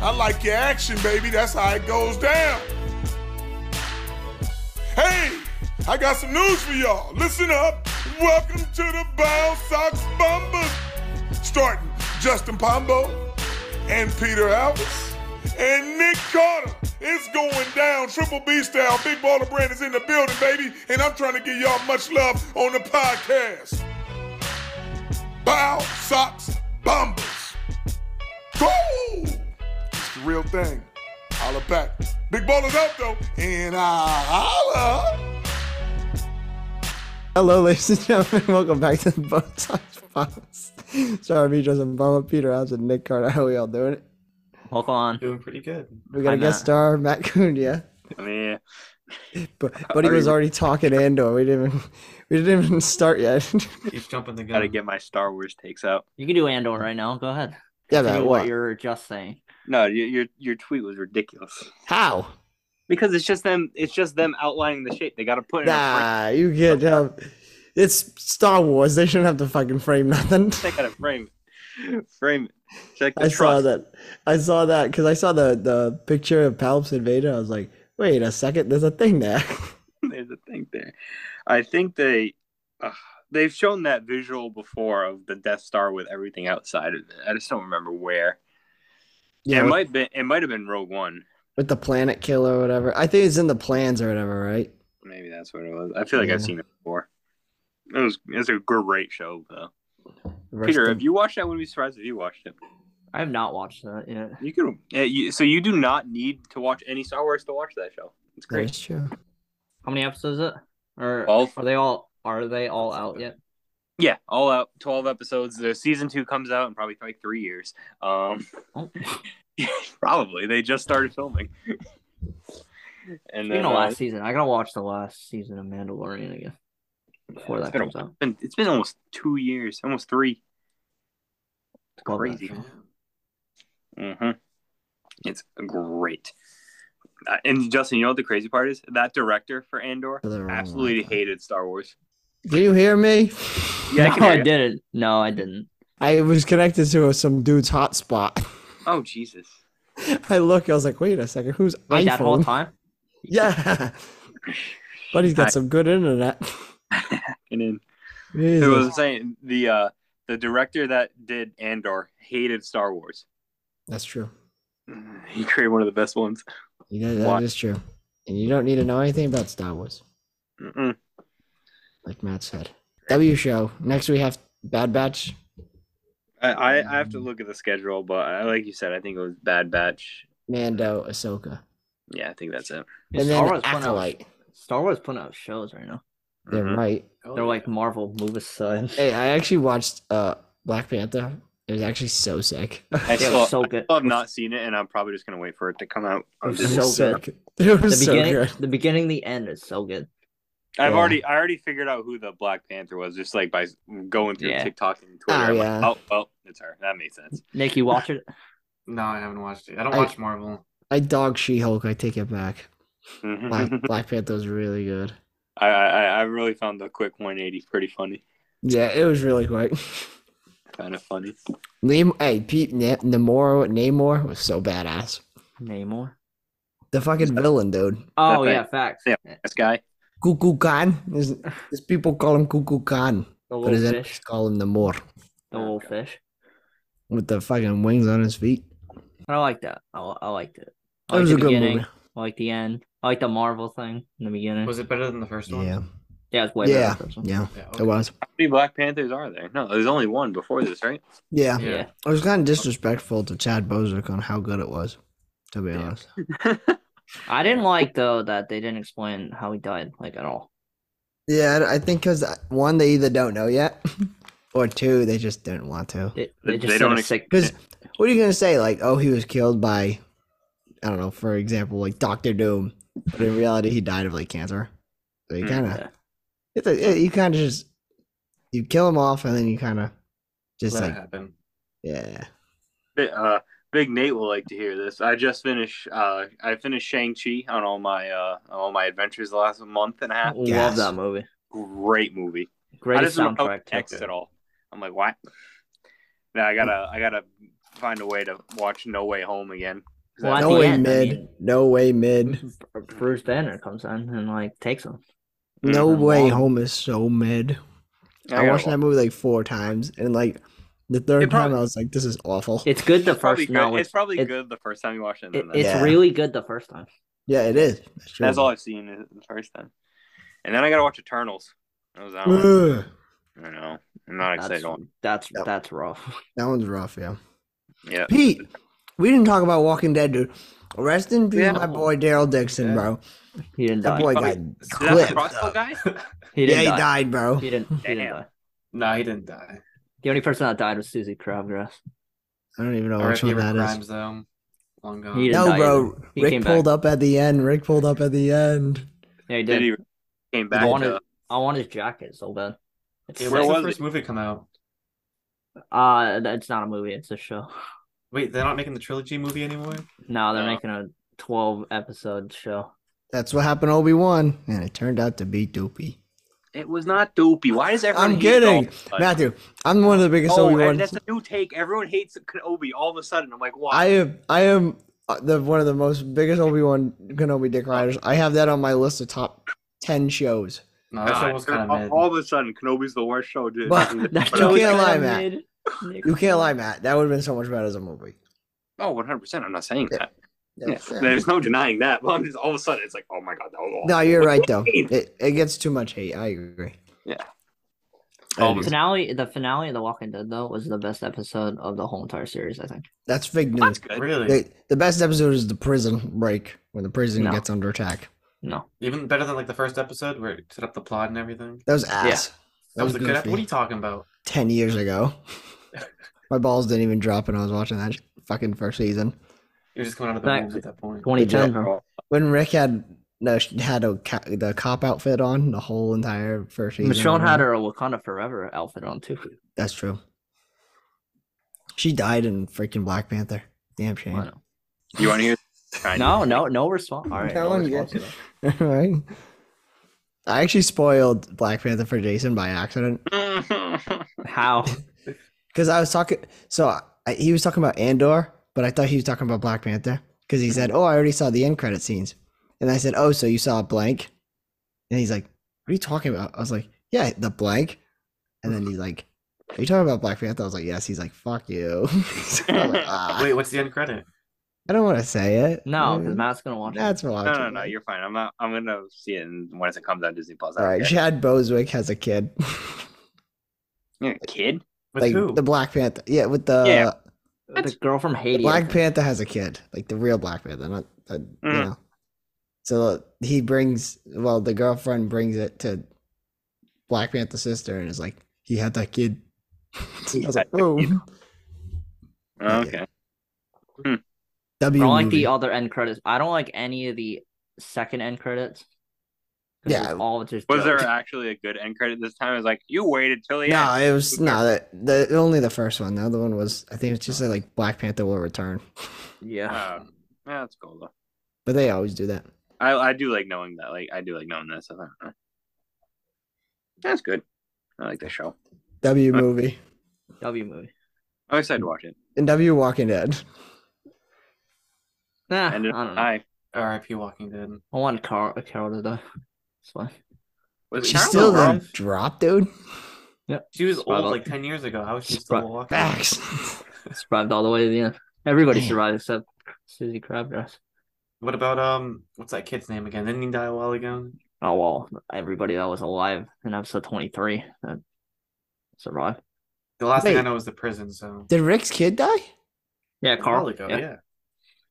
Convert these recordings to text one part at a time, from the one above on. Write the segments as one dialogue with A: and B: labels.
A: I like your action, baby. That's how it goes down. Hey, I got some news for y'all. Listen up. Welcome to the Bound Sox Bombers. Starting Justin Pombo and Peter Alves and Nick Carter. It's going down. Triple B style. Big Baller Brand is in the building, baby. And I'm trying to give y'all much love on the podcast. Bow Sox Bombers. Go! It's the real thing. Holla back. Big Baller's out, though. And I holla.
B: Hello, ladies and gentlemen. Welcome back to the Bone Sox Bombs. Sorry, me, Justin Bama, Peter Alves, and Nick Carter. How are we all doing? it?
C: Hold on.
D: Doing pretty good.
B: We got a
C: I'm
B: guest
C: not.
B: star, Matt Cunha,
C: uh, I mean,
B: but but he
C: Are
B: was
C: you-
B: already talking Andor. We didn't even we didn't even start yet.
D: Keeps jumping the
E: Gotta
D: gun.
E: get my Star Wars takes out.
C: you can do Andor right now. Go ahead.
B: yeah,
C: Tell
B: Matt.
C: me what
B: What?
C: you're just saying.
E: No, your your, your tweet was ridiculous.
B: How?
E: Because it's just them. It's just them outlining the shape. They got to put it in a
B: Nah, you get um, it's Star Wars. They shouldn't have to fucking frame nothing.
E: frame. They got to frame it. Frame it. Check the
B: I saw
E: trust.
B: that. I saw that because I saw the the picture of Palps and Vader. I was like, wait a second, there's a thing there.
E: There's a thing there. I think they uh, they've shown that visual before of the Death Star with everything outside of it. I just don't remember where.
B: yeah,
E: it
B: with,
E: might been it might have been Rogue One.
B: with the planet killer or whatever. I think it's in the plans or whatever, right?
E: Maybe that's what it was. I feel like I've
B: Yeah.
E: seen it before. It was it's a great show though.
B: Versus
E: Peter,
B: the-
E: have you watched that? I wouldn't be surprised if you watched it.
C: I have not watched that yet.
E: You can. Uh, you, so you do not need to watch any Star Wars to watch that show. It's
B: That
E: great.
B: is true.
C: How many episodes is it? Or
E: Twelve.
C: are they all are they all out yet?
E: Yeah, all out. Twelve episodes. The season two comes out in probably like three years. Um,
C: Oh,
E: probably they just started filming. and
C: Speaking
E: then
C: of
E: uh,
C: last season, I gotta watch the last season of Mandalorian again before
E: it's
C: that
E: been a-
C: comes out.
E: it's been- it's been almost two years, almost three. It's
C: Love that
E: crazy.
C: show.
E: Mm-hmm. It's great. Uh, and Justin, you know what the crazy part is? That director for Andor
C: Oh
B: For the wrong
E: absolutely
B: one.
E: hated Star Wars.
B: Do you hear me?
E: Yeah, I can
C: no, I,
E: hear you.
C: didn't. No, I didn't.
B: I was connected to some dude's hotspot.
E: Oh Jesus.
B: I look, I was like, wait a second, who's
C: Wait, that whole
B: iPhone?
C: time?
B: Yeah. But he's got
E: I-
B: some good internet.
E: And then
B: Jesus.
E: It was saying the uh the director that did Andor hated Star Wars.
B: That's true.
E: Mm-hmm. He created one of the best ones.
B: You know, that
E: Why-
B: is true. And you don't need to know anything about Star Wars,
E: Mm-mm.
B: like Matt said. W show. Next we have Bad Batch.
E: I, I I have to look at the schedule, but I, like you said, I think it was Bad Batch.
B: Mando, Ahsoka,
E: Yeah, I think that's it.
C: Yeah,
B: and
C: Star
B: then
C: Wars putting
B: Acolyte.
C: out Star Wars putting out shows right now.
B: They're
E: Mhm.
B: right.
C: They're like Marvel move aside.
B: Hey, I actually watched uh Black Panther. It was actually so sick.
E: I
C: Yeah, it
E: still,
C: was so good.
E: I've not seen it, and I'm probably just gonna wait for it to come out. on
B: It was
E: Disney.
C: so good.
B: sick. It
C: The
B: was so
C: beginning,
B: good.
C: the beginning, the end is so good.
E: I've
B: Yeah.
E: already I already figured out who the Black Panther was just like by going through
C: Yeah.
E: TikTok and Twitter. I'm like,
B: yeah.
E: oh well, it's her. That makes sense.
C: Nick, you watch it?
D: No, I haven't watched it. I don't
B: I-
D: watch Marvel.
B: I dog She Hulk. I take it back. Black,
E: Mhm.
B: Black Panther was really good.
E: I, I I really found the quick 180 pretty funny.
B: Yeah, it was really quick.
E: Kind of funny.
B: Nam- hey, Pete Na- Namor, Namor was so badass.
C: Namor.
B: The fucking villain, dude.
C: Oh
E: That's
C: yeah, facts.
E: Yeah. This guy.
B: Kuku Khan. His, his people call him Kuku Khan,
C: The
B: but his
C: little
B: enemies
C: fish.
B: call him Namor
C: The little fish.
B: with the fucking wings on his feet.
C: I like that. I, I liked it. I
B: That
C: liked
B: was
C: the
B: a good
C: beginning.
B: movie.
C: I like the end. I like the Marvel thing in the beginning.
D: Was it better than the first one?
B: Yeah,
C: yeah, it's way better than the first one.
B: yeah,
D: Yeah,
B: it
D: okay.
B: was.
E: How many Black Panthers are there? No, there's only one before this, right?
B: Yeah,
D: Yeah.
C: Yeah.
B: it was kind of disrespectful to Chad Bozick on how good it was. To be honest,
C: I didn't like though that they didn't explain how he died like at all.
B: yeah, I I think because one they either don't know yet, or two they just didn't want to.
C: They, they
E: They-
C: just
E: they
C: said
E: don't
C: a
E: ex-
C: sick.
B: Because what are you gonna say? Like, oh, he was killed by, I don't know, for example, like Doctor Doom, but in reality, he died of like cancer. So you
E: Hmm.
B: kind of,
C: Yeah.
B: it's a, it, you kind of just, you kill him off, and then you kind of, just
D: Let it
B: like,
D: happen.
B: yeah,
E: Bi- Uh, Big Nate will like to hear this. I just finished. Uh, I finished Shang Chi on all my uh, on all my adventures the last month and a half.
C: Love
B: Yes.
C: that movie.
E: Great movie. I
C: Greatest
E: just don't know how
C: soundtrack.
E: it
C: too.
E: connects at all. I'm like, what? Now I gotta I gotta find a way to watch No Way Home again
C: Well, at
B: no
C: the
B: way
C: end, I
B: mid.
C: mean-
B: no way mid.
C: Bruce Banner comes in and like takes him.
B: No
C: Mhm.
B: way home is so mid. I,
E: Mm-hmm. gotta
B: watched that
E: watch-
B: movie like four times, and like the
E: It
B: third
E: prob-
B: time I was like, "This is awful."
C: It's good the
E: It's probably
C: first. No,
E: good. It's probably
C: it-
E: good the first time you watch it. and
C: it-
E: then
C: it's
E: that's-
B: Yeah.
C: really good the first time.
B: yeah, it is. That's, true.
E: That's all I've seen is the first time. And then I gotta watch Eternals. That was that one.
B: Ugh.
E: I know. I'm not
C: That's
E: excited on.
C: that's
B: Yep.
C: that's rough.
B: That one's rough, yeah.
E: Yeah.
B: Pete, we didn't talk about Walking Dead, dude. Rest in peace,
E: Yeah.
B: my boy Daryl Dixon,
D: Yeah.
B: bro.
C: He didn't
B: That
C: die.
B: boy
E: Fuck.
B: got
E: Is that the
B: clipped.
E: crossbow
B: up.
E: guy?
C: he
B: Yeah,
C: didn't
B: he
C: die.
B: died, bro.
C: He didn't. He didn't
E: Damn.
C: die.
D: No, he didn't die.
C: The only person that died was Susie Crabgrass.
B: I don't even know
D: Our
B: which one
D: favorite
B: that is.
D: crimes, though. Long gone.
C: He didn't
B: No,
C: die
B: bro.
C: He
B: Rick
C: came
B: pulled
C: back.
B: up at the end. Rick pulled up at the end.
C: Yeah, he did.
E: Did he came back
C: I want
E: to
C: his, I want his jacket so bad. It's
D: Yeah,
E: Where
D: when's
E: was
D: the first
E: it?
D: movie come out?
C: uh, it's not a movie. It's a show.
D: Wait, they're not making the trilogy movie anymore.
C: No, they're
E: No.
C: making a twelve episode show.
B: That's what happened to Obi Wan, and it turned out to be Doopy.
E: It was not Dopey. Why does everyone
B: I'm
E: hate it all
B: kidding,
E: of a sudden?
B: Matthew. I'm one of the biggest
E: Oh,
B: Obi
E: and
B: Wan.
E: that's a new take. Everyone hates Kenobi all of a sudden. I'm like,
B: I
E: why?
B: am. I am uh, the one of the most biggest Obi Wan Kenobi dick riders. I have that on my list of top ten shows.
D: No, that show was kind of mid.
E: all of a sudden, Kenobi's the worst show, dude.
B: But-
C: That
B: You
C: show was
B: can't
C: kinda
B: lie, Matt.
C: mid.
B: You can't lie, Matt. That would have been so much better as a movie.
E: oh, 100. percent I'm not saying
B: Yeah.
E: that. Yeah. There's no denying that. But I'm just all of a sudden, it's like, oh my god, that was awful.
B: No, you're right though.
E: do you mean?
B: It, it gets too much hate. I agree.
E: Yeah.
B: I
C: The
B: agree.
C: finale, the finale of The Walking Dead though was the best episode of the whole entire series. I think.
B: That's fake
E: That's
B: news.
E: good.
D: Really,
B: The, the best episode is the prison break when the prison
C: No.
B: gets under attack.
C: No,
D: even better than like the first episode where it set up the plot and everything.
B: That was ass.
D: That was a good. ep-
B: goofy.
D: What are you talking about?
B: Ten years ago, my balls didn't even drop when I was watching that sh- fucking first season.
D: You're just coming out of the
C: That-
D: womb at that point.
C: 2010. bro.
B: When Rick had no sh- had a ca- the cop outfit on the whole entire first season.
C: Michonne
B: whatever.
C: had her Wakanda Forever outfit on too.
B: That's true. She died in freaking Black Panther. Damn shame.
C: Why not?
E: You want to hear? Kind of.
C: No, no, no response. All right,
B: That
C: no
B: one, yeah.
C: response to that.
B: right? I actually spoiled Black Panther for Jason by accident
C: How?
B: because I was talking. So I, he was talking about Andor, but I thought he was talking about Black Panther because he said, "Oh, I already saw the end credit scenes," and I said, "Oh, so you saw a blank?" And he's like, "What are you talking about?" I was like, "Yeah, the blank," and then he's like. Are you talking about Black Panther? I was like, yes. He's like, fuck you. So I'm like, "Ah,
D: Wait, what's the end credit?
B: I don't want to say it.
C: No, because
B: Mm,
C: Matt's gonna watch it.
B: that's why.
E: no, no, no. You're fine. I'm not. I'm gonna see it in- once it comes on Disney Plus. I
B: All
E: don't
B: right.
E: care.
B: Chad Boswick has a kid.
E: You're a kid.
D: With
B: like
D: who?
B: the Black Panther. Yeah, with the
E: Yeah.
C: The girl from Haiti. I
B: Black
C: think.
B: Panther has a kid, like the real Black Panther, not the, you
C: Mm.
E: Mhm.
B: know. So he brings, well, the girlfriend brings it to Black Panther's sister, and is like, he had that kid. I was like,
E: had that
B: oh,
E: kid.
B: Yeah.
E: okay.
B: W.
C: I don't like
B: movie.
C: the other end credits. I don't like any of the second end credits. 'Cause
B: Yeah.
C: it's all just
E: Was there
C: jokes.
E: actually a good end credit this time? It was like you waited till the
B: No,
E: end.
B: it was no that the only the first one. The other one was, I think it's just said, like Black Panther will return,
C: Yeah.
E: Oh, yeah, that's cool though.
B: but they always do that.
E: I I do like knowing that. Like I do like knowing that stuff. I don't know. That's good. I like the show.
B: W
E: Uh.
B: movie
C: W movie.
E: I'm excited to watch it.
B: and W Walking Dead.
C: Nah, I
E: And
C: don't know. I,
E: I
D: R.I.P. Walking Dead.
C: want Carl Carol to die. That's why.
E: was
B: She
D: Carol
B: still
D: alive?
B: didn't drop, dude.
D: She was
C: Spot
D: old
C: on.
D: like ten years ago. How is she
C: Spot-
D: still walking?
B: Facts.
C: Survived all the way to the end. Everybody
B: Damn.
C: survived except Susie Crabgrass.
D: What about um? What's that kid's name again? Didn't he die a while ago?
C: Oh well, everybody that was alive in episode twenty three that survived.
D: The last thing I
B: Wait.
D: know was the prison. So
B: Did Rick's kid die?
C: Yeah,
D: a
C: Carl.
D: while ago, yeah.
C: yeah.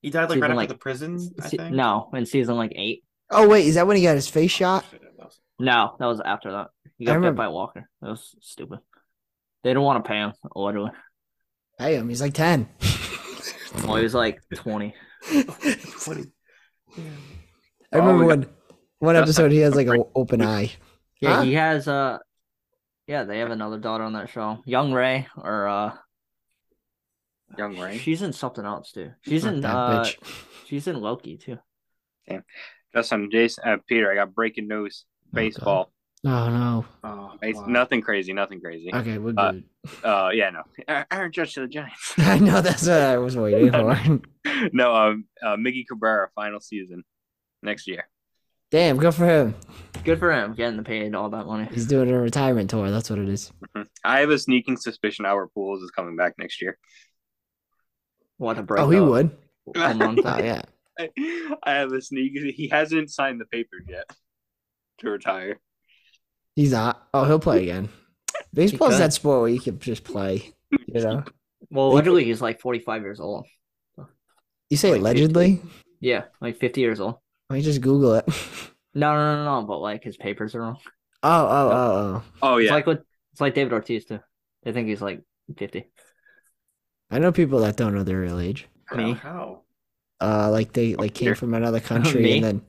D: He died like
C: She's
D: right
C: been,
D: after
C: like,
D: the prison. I
C: Se-
D: think.
C: No, in season like eight.
B: Oh wait, is that when he got his face shot?
D: Shit, that was-
C: No, that was after that. He
B: I
C: got bit
B: remember-
C: by Walker. That was stupid. They didn't want to pay him, literally.
B: Hey, him. He's like ten.
C: Well, he was like 20.
D: What-
B: I remember
E: Oh,
B: one one
E: That's
B: episode he has like
E: great
B: an open eye.
C: Yeah,
B: Huh?
C: he has uh yeah, they have another daughter on that show. Young Ray or uh
E: young Ray.
C: she's in something else too. She's in
B: That
C: uh
B: bitch.
C: she's in Loki too.
E: Justin, Jason, uh, Peter. I got breaking news.
B: God.
E: Baseball.
B: Oh no.
D: Oh,
E: It's
D: wow.
E: Nothing crazy, nothing crazy.
B: Okay, we're
E: Uh,
B: good.
E: Uh, yeah, no. A- Aaron Judge to the Giants.
B: I know that's what I was waiting for.
E: no, um, uh, Miggy Cabrera, final season next year.
B: Damn, good for him.
C: Good for him getting paid all that money.
B: He's doing a retirement tour. That's what it is.
E: I have a sneaking suspicion our pools is coming back next year.
C: What a break!
B: Oh, he would.
C: One month.
B: Oh yeah.
E: I have a sneaking. He hasn't signed the paper yet to retire.
B: He's not. Oh, he'll play again. Baseball's
C: could.
B: that sport where you can just play. You know.
C: Well, literally, he's like 45 years old.
B: You say
C: Like,
B: allegedly?
C: Yeah, like 50 years old.
B: Let me just Google it.
C: No, no, no, no. But like his papers are wrong.
B: Oh, oh, oh, oh.
E: Oh
C: It's
E: yeah,
C: like what? It's like David Ortiz too. They think he's like 50.
B: I know people that don't know their real age.
D: How-
C: Me.
D: How?
B: Uh, like they like came
E: Peter.
B: from another country
C: Me?
B: and then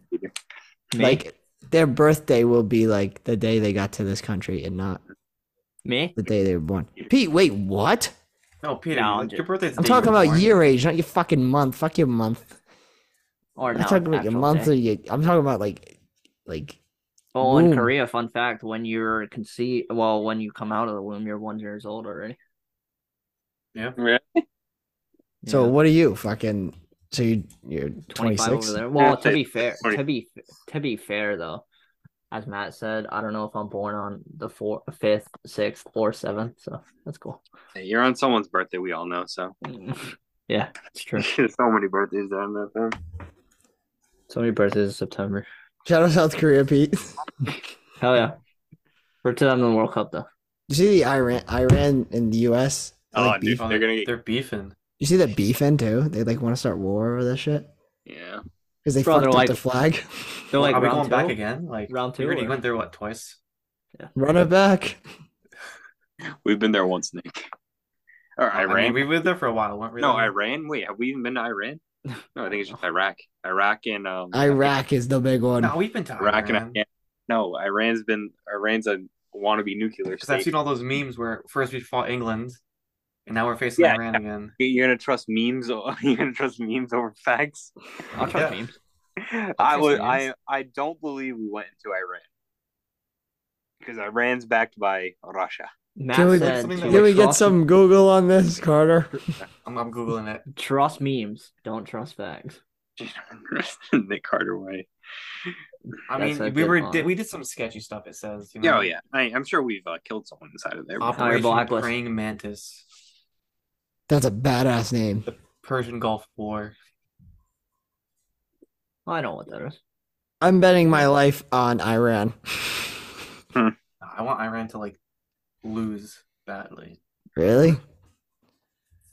C: Me?
B: like their birthday will be like the day they got to this country and not
C: me?
B: the day they were born. Pete, wait, what?
D: No, Peter,
C: No,
D: like,
C: dude.
D: your birthday's. the
B: I'm
D: day you
B: talking
D: were
B: about
D: born.
B: your age, not your fucking month. Fuck your month.
C: Or
B: I'm
C: no,
B: talking about your
C: actual
B: month
C: day.
B: or your. I'm talking about like, like
C: Oh, in
B: womb.
C: Korea, fun fact: when you're conceived, well, when you come out of the womb, you're one years old already.
D: Yeah.
E: Really?
B: So
C: Yeah.
B: what are you fucking? So you you're
C: 25
B: 26.
C: over there. Well, to
E: say
C: be fair,
E: 40.
C: to be to be fair though, as Matt said, I don't know if I'm born on the fourth, fifth, sixth, or seventh. So that's cool.
E: you're on someone's birthday. We all know. So
C: yeah, it's true.
E: there's so many birthdays down that time.
C: So many birthdays in September.
B: Shout out South Korea, Pete.
C: Hell yeah. We're to them in the World Cup though.
B: You see the Iran, Iran and the U.S. they,
E: Oh,
B: like,
E: dude.
B: beef.
D: Oh,
E: They're gonna get-
D: They're beefing.
B: You see that beef in too? They like want to start war over this shit
E: Yeah.
B: because they
C: Bro,
B: fucked
C: they're
B: up
C: like-
B: the flag.
C: They're like
D: Are we
C: round
D: going
C: two?
D: back again? Like
C: Round
D: We
C: two
D: already
C: or-
D: went there what twice?
B: Run it back.
E: We've been there once, Nick. Or
D: I
E: Iran.
D: mean, we were there for a while, weren't we?
E: no,
D: there?
E: Iran. Wait, have we even been to Iran? No, I think it's just Iraq. Iraq and um.
B: Iraq is the big one.
D: No, we've been to
E: Iraq and
D: Iran.
E: Afghanistan. No, Iran's been Iran's a wannabe nuclear
D: Because I've
E: state.
D: seen all those memes where first we fought England, and now we're facing
E: Yeah,
D: Iran again.
E: You're gonna trust memes? o- You're gonna trust memes over facts?
C: I'll trust
D: Yeah.
C: memes.
E: I
D: trust
E: would. I
D: memes.
E: I don't believe we went into Iran because Iran's backed by Russia.
C: Matt
B: Can we-
C: said
D: Something
C: to
D: that-
B: Can we get
C: trust-
B: some Google on this, Carter?
D: I'm, I'm googling it.
C: trust memes. Don't trust facts.
E: Nick Carter way.
D: I
C: That's a
D: mean, we
C: good
D: were
C: one.
D: did, we did some sketchy stuff. It says, you know,
E: Yeah, oh yeah. I, I'm sure we've uh, killed someone inside of there. before.
C: Alright,
D: Operation
C: blacklist.
D: Praying Mantis,
B: That's a badass name.
D: Persian Gulf War.
C: I know what that is.
B: I'm betting my life on Iran.
D: I want Iran to like lose badly.
B: Really?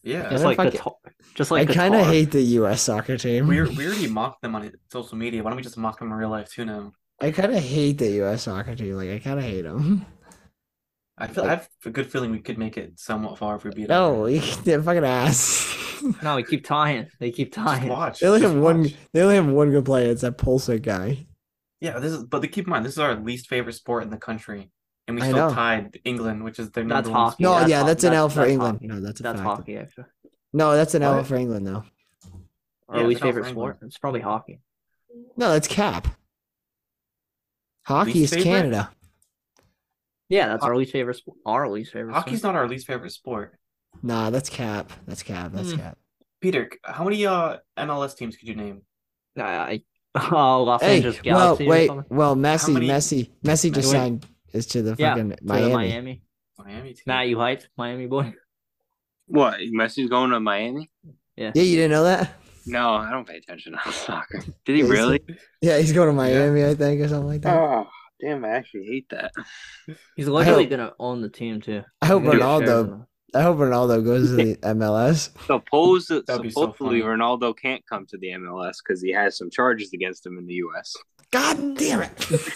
D: Yeah,
B: then
C: Just like
B: fuck it.
C: Qatar. Just
B: I
C: like
B: kind of
C: Qatar.
B: hate the U.S. soccer team.
D: we we already mocked them on social media. Why don't we just mock them in real life too now?
B: I kind of hate the U.S. soccer team. Like I kind of hate them.
D: I feel I have a good feeling we could make it somewhat far if we beat.
B: No,
D: Iran.
B: you- they're fucking ass.
C: No, we keep tying. They keep
D: just
C: tying.
D: watch.
B: they only
D: just
B: have one.
D: watch.
B: They only have one good player. It's that Pulisic guy.
D: Yeah, this is. But the- keep in mind, this is our least favorite sport in the country, and we
B: I
D: still
B: know.
D: tied England, which is their
C: That's
D: number one.
C: hockey.
D: sport.
B: No,
C: that's
B: yeah,
C: ho-
B: that's, an
C: that's-
B: L for
C: that's
B: England.
C: hockey.
B: No, that's a
C: That's
B: fact.
C: hockey, actually.
B: No, that's an L
D: What?
B: for England though.
C: Our
D: Yeah,
C: least
D: that's all
C: favorite
D: for
C: sport.
D: England.
C: It's probably hockey.
B: No, that's cap. Hockey
D: Least
B: is
D: favorite?
B: Canada.
C: Yeah, that's our least favorite sport. Our least favorite.
D: Hockey's
C: sport.
D: not our least favorite sport.
B: Nah, that's cap. That's cap. That's
C: Mm.
B: cap.
D: Peter, c- how many uh MLS teams could you name?
C: Nah, I, oh, Los
B: Hey,
C: Angeles
B: well,
C: Galaxy. or
B: wait.
C: something.
B: Well, Messi,
D: many-
B: Messi, Messi just
D: Wait.
B: signed is to the
C: Yeah,
B: fucking
C: To the
B: Miami.
C: Miami.
D: Miami team.
C: Matt, you hyped? Miami boy.
E: What? Messi's going to Miami?
B: Yeah, you didn't know that?
E: No, I don't pay attention to soccer.
B: Yeah,
E: Did he
B: he's-
E: really?
B: Yeah, he's going to Miami, I think, or something like that.
E: Oh, damn! I actually hate that.
C: He's literally
B: hope-
C: gonna own the team too.
B: I hope
C: He's gonna get shares
B: Ronaldo
C: in
B: I hope Ronaldo goes to the MLS.
E: Suppose
D: be so
E: supposedly
D: funny.
E: Ronaldo can't come to the MLS because he has some charges against him in the US.
B: God damn it.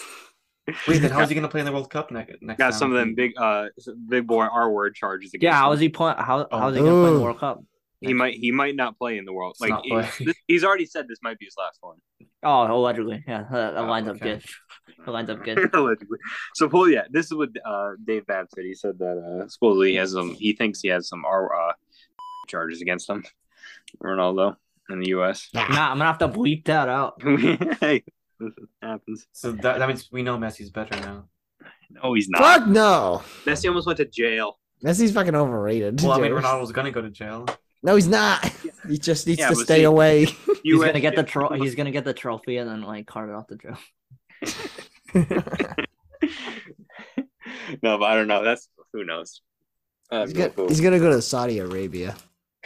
D: Wait, then how is he going to play in the World Cup next? next
E: Got
D: time
E: some of
D: if
E: them
D: we-
E: big, uh, big boy R word charges
C: it. Yeah,
E: against.
C: how
E: him.
C: is he playing? How
D: Oh.
C: how is he gonna play in the
B: Ooh.
C: World Cup?
E: He might, he might not play in the world.
D: Let's
E: Like
D: not
E: he-
D: play.
E: this- he's already said, this might be his last one.
C: Oh, allegedly. Yeah, that, that
D: Oh,
C: lines up
D: okay.
C: good. It lines up good.
E: Allegedly. Suppose yeah, this is what uh, Dave Babb said. He said that uh, supposedly he has some. He thinks he has some R uh, charges against him, Ronaldo in the U.S.
C: Matt, I'm gonna have to bleep that out.
E: hey, this happens.
D: So that, that means we know Messi's better now.
E: No, he's not.
B: Fuck no.
E: Messi almost went to jail.
B: Messi's fucking overrated.
D: Well, I mean,
B: dude.
D: Ronaldo was gonna go to jail.
B: No, he's not. He just needs
E: Yeah,
B: to
E: but
B: stay
E: see-
B: away.
C: He's
E: US
C: gonna get the tro-
E: champion.
C: he's gonna get the trophy and then like carve it off the drill.
E: no, but I don't know. That's who knows. I have
B: He's
E: no
B: gonna,
E: clue.
B: he's gonna go to Saudi Arabia.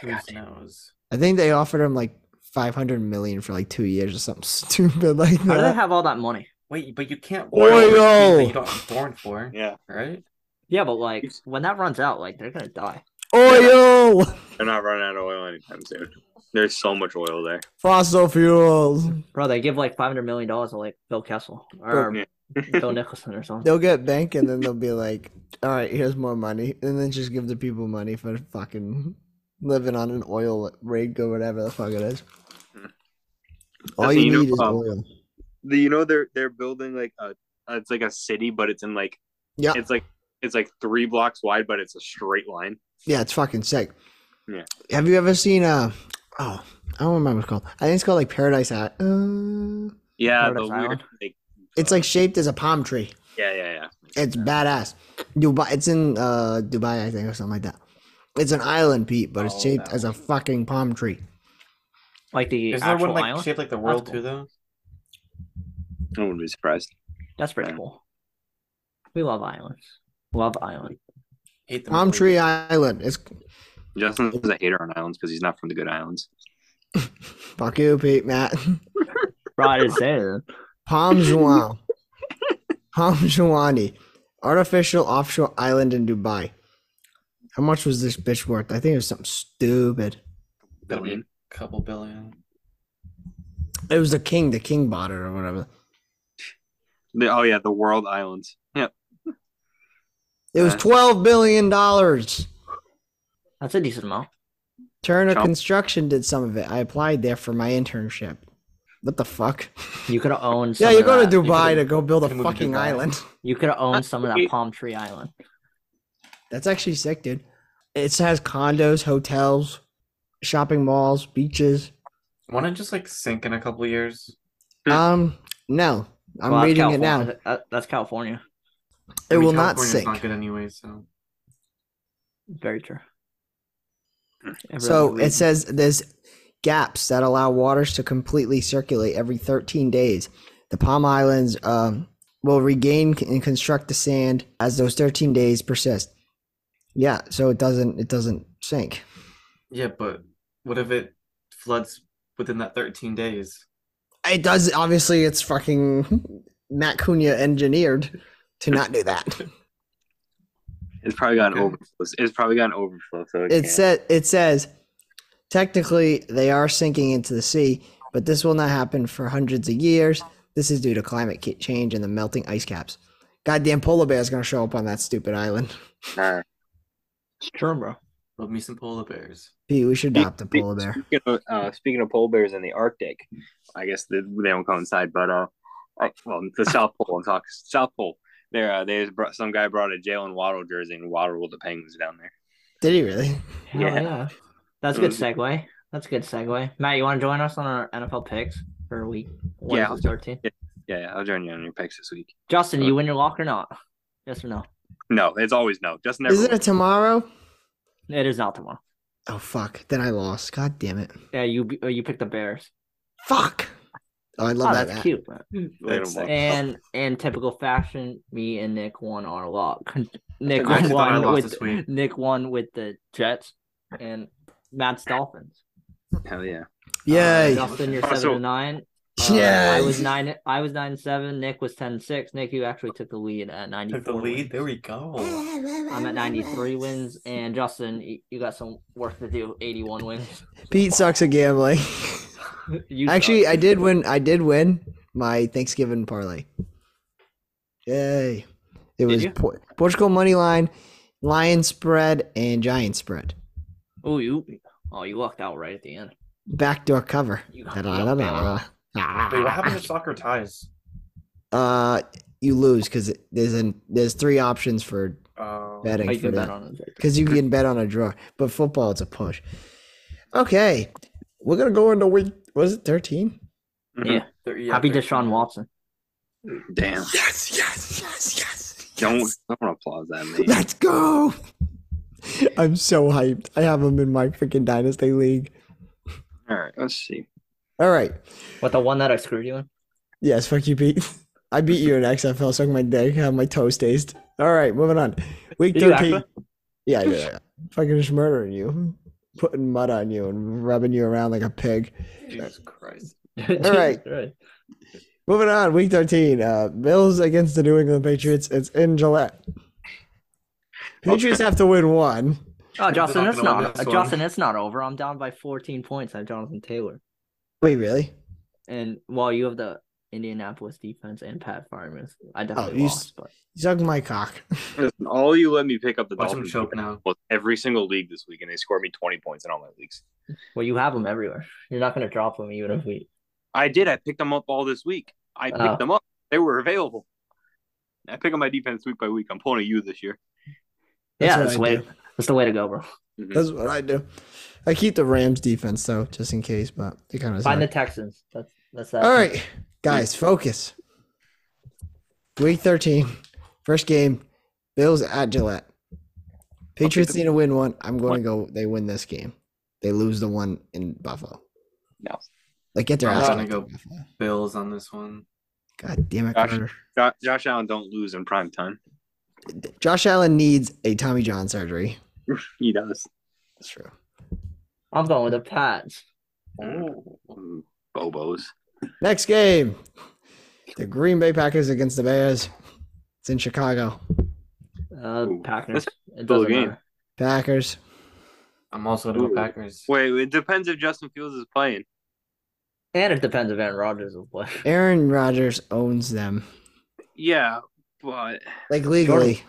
D: Who knows?
B: I think they offered him like 500 million for like two years or something stupid like
C: How do they
B: that.
C: have all that money?
D: Wait, but you can't
E: Oil.
D: borrow overseas
B: Oil.
D: that you got born for,
E: Yeah,
D: right?
C: Yeah, but like
E: It's-
C: when that runs out, like they're gonna die.
B: Oil,
E: they're not running out of oil anytime soon. There's so much oil there.
B: fossil fuels.
C: Bro, they give like five hundred million dollars to like Bill Kessel or
E: Yeah.
C: Bill Nicholson or something.
B: They'll get bank and then they'll be like, "All right, here's more money," and then just give the people money for fucking living on an oil rig or whatever the fuck it is. All
E: Listen,
B: you
E: you know,
B: need is
E: um,
B: oil.
E: The, you know they're they're building like a uh, it's like a city, but it's in like
B: Yeah,
E: it's like it's like three blocks wide, but it's a straight line.
B: yeah, it's fucking sick.
E: Yeah.
B: Have you ever seen uh? Oh, I don't remember what it's called. I think it's called like Paradise Hat. Uh,
E: Yeah,
C: Paradise
E: the weird.
C: Island?
E: Like,
B: it's like shaped as a palm tree.
E: yeah, yeah, yeah.
B: It's badass. Dubai. It's in uh Dubai, I think, or something like that. It's an island, Pete, but it's
D: Oh,
B: shaped
D: that
B: as a fucking palm tree.
C: Like the
D: Is there
C: actual
D: one like
C: island.
D: shaped like the world
C: cool.
D: too, though?
E: I wouldn't be surprised.
C: That's pretty
E: Yeah.
C: cool. We love islands. Love island.
D: Hate them
B: Palm
D: all.
B: Tree Island. It's
E: Justin's a hater on islands because he's not from the good islands.
B: fuck you, Pete, Matt.
C: Bro, I didn't say that.
B: Palm Juan. Palm Juani. Artificial offshore island in Dubai. How much was this bitch worth? I think it was something stupid.
D: Billion, couple billion.
B: It was the king. The king bought it or whatever.
E: The- oh yeah, the world islands. Yep.
B: It was
E: Uh.
B: twelve billion dollars.
C: That's a decent amount.
B: Turner
E: Chump.
B: Construction did some of it. I applied there for my internship. What the fuck?
C: You could have owned.
B: Yeah,
C: some
B: you
C: of
B: go to
C: that. You
B: Dubai to
C: could've-
B: go build a
D: could've moved to
B: fucking
D: Dubai.
B: island.
C: You could have owned some of that palm tree island.
B: That's actually sick, dude. It has condos, hotels, shopping malls, beaches.
D: Want to just like sink in a couple years?
E: Hmm.
B: Um, no, I'm
C: Well, that's
B: reading it now.
C: California. That- That's California.
D: I
B: It
D: mean,
B: will not
D: California's
B: sink.
D: Not good anyway, so
C: Very true. Every
B: So
C: other
B: it
C: week.
B: says there's gaps that allow waters to completely circulate every 13 days. The Palm Islands um, will regain and construct the sand as those 13 days persist. Yeah, so it doesn't it doesn't sink.
D: yeah. But what if it floods within that 13 days?
B: It does. Obviously, it's fucking Matt Cunha engineered to not do that.
E: It's probably got an
D: Okay.
E: overflow. It's probably got an overflow. So it
B: It
E: can't.
B: said it says technically they are sinking into the sea, but this will not happen for hundreds of years. This is due to climate ca- change and the melting ice caps. Goddamn polar bear is gonna show up on that stupid island.
E: Nah.
C: it's true, bro.
D: Love me some polar bears.
B: Pete, we should adopt a polar bear.
E: Speaking of, uh, speaking of polar bears in the Arctic, I guess they, they don't coincide, but uh, I, well, the South Pole. I'm talking South Pole. There, uh, there's brought, some guy brought a Jalen Waddle jersey and waddled the penguins down there.
B: Did he really?
C: Hell
E: Yeah.
C: yeah. That's a good
B: Mm.
C: segue. That's a good segue. Matt, you want to join us on our NFL picks for week one
E: Yeah,
C: through
E: I'll
C: 13?
E: Yeah, yeah, I'll join you on your picks this week.
C: Justin, you win your lock or not? Yes or no?
E: No, it's always no. Just never.
B: Is it a tomorrow?
C: It is not tomorrow.
B: Oh fuck! Then I lost. God damn it!
C: Yeah, you uh, you picked the Bears.
B: Fuck! Oh, I love
C: Oh,
B: that.
C: that's
B: Matt.
C: cute. man.
E: That's sick.
C: And in typical fashion, me and Nick won our lock. Nick
D: I actually thought I
C: won
D: lost
C: with
D: this week.
C: Nick won with the Jets and Matt's Dolphins.
E: Hell yeah.
B: Yay!
D: Uh,
C: Justin, you're
E: Oh,
C: seven
E: so-
C: and nine. Uh, I
B: Yes.
C: was nine. I was nine and seven. Nick was ten and six. Nick, you actually took the lead at ninety.
D: Took the lead. There we go.
C: I'm at ninety three wins, and Justin, you, you got some work to do. Eighty one wins.
B: Pete sucks at gambling.
C: You
B: Actually,
C: suck.
B: I did win. I did win my Thanksgiving parlay. Yay! It was
C: you?
B: Por- Portugal money line, lion spread, and giant spread.
C: Oh, you. Oh, you lucked out right at the end.
B: Backdoor cover.
C: You got
B: Da-da-da-da.
D: Wait, what happened to soccer ties?
B: Uh, you lose because there's an there's three options for
D: Uh,
B: betting
C: Oh, you
B: for
C: can bet
B: that
C: on it.
B: because you can bet on a draw, but football it's a push. Okay, we're gonna go into week. Was it thirteen?
C: Yeah.
D: they're- E yeah,
C: Happy
D: they're-
C: Deshaun Watson.
E: Mm-hmm. Damn.
B: Yes, yes, yes, yes,
E: Don't don't applaud that man.
B: Let's go. I'm so hyped. I have him in my freaking dynasty league.
E: All right, let's see.
B: All right.
C: What the one that I screwed you in?
B: Yes, fuck you, Pete. I beat you in XFL, suck my dick, have my toes taste. All right, moving on. Week
D: Did you
B: 13.
D: actually?
B: Yeah, yeah, yeah. Fucking just murdering you, putting mud on you, and rubbing you around like a pig.
D: Jesus Christ.
C: Jesus
B: right.
C: Christ.
B: Moving on, week 13. Uh, Bills against the New England Patriots. It's in Gillette. Patriots have to win one.
C: Oh, Justin,
D: not
C: it's
D: gonna win
C: not.
D: this one.
C: Justin, it's not over. I'm down by 14 points at Jonathan Taylor,
B: Wait, really?
C: and while you have the Indianapolis defense and Pat Farmers,
B: Oh,
C: I definitely
B: you s-
C: lost. But
B: Suck my cock.
E: Listen, all you let me pick up the
D: Watch him
E: Dolphins
D: choke now.
E: was every single league this week, and they scored me twenty points in all my leagues.
C: well, you have them everywhere. You're not gonna drop them even if we.
E: I did. I picked them up all this week. I picked
C: Oh.
E: them up. They were available. I pick up my defense week by week. I'm pulling a U this year.
C: yeah,
B: what
C: that's
B: I
C: way.
B: do.
C: That's the way to go, bro.
B: That's what I do. I keep the Rams defense though, just in case, but it kind of
C: Find the Texans. That's that's that.
B: All right, guys, focus. Week 13, first game, Bills at Gillette. Patriots need to win one. I'm going to go. They win this game. They lose the one in Buffalo.
E: No.
B: Like get their
D: I'm
B: ass.
D: gonna
B: kicked
D: go-
B: in Buffalo.
D: Bills on this one.
B: God damn it,
E: Josh.
B: Carter.
E: Jo- Josh Allen don't lose in prime time.
B: Josh Allen needs a Tommy John surgery.
E: He does.
B: That's true.
C: I'm going with the Pats.
E: Mm, Bobos.
B: Next game, the Green Bay Packers against the Bears. It's in Chicago.
C: Uh,
E: Ooh,
C: Packers. It
E: still a
C: doesn't
E: game.
C: matter.
B: Packers.
D: I'm also gonna
E: Ooh.
D: go Packers.
E: Wait, it depends if Justin Fields is playing.
C: And it depends if Aaron Rodgers will play.
B: Aaron Rodgers owns them.
E: Yeah, but
B: Like legally,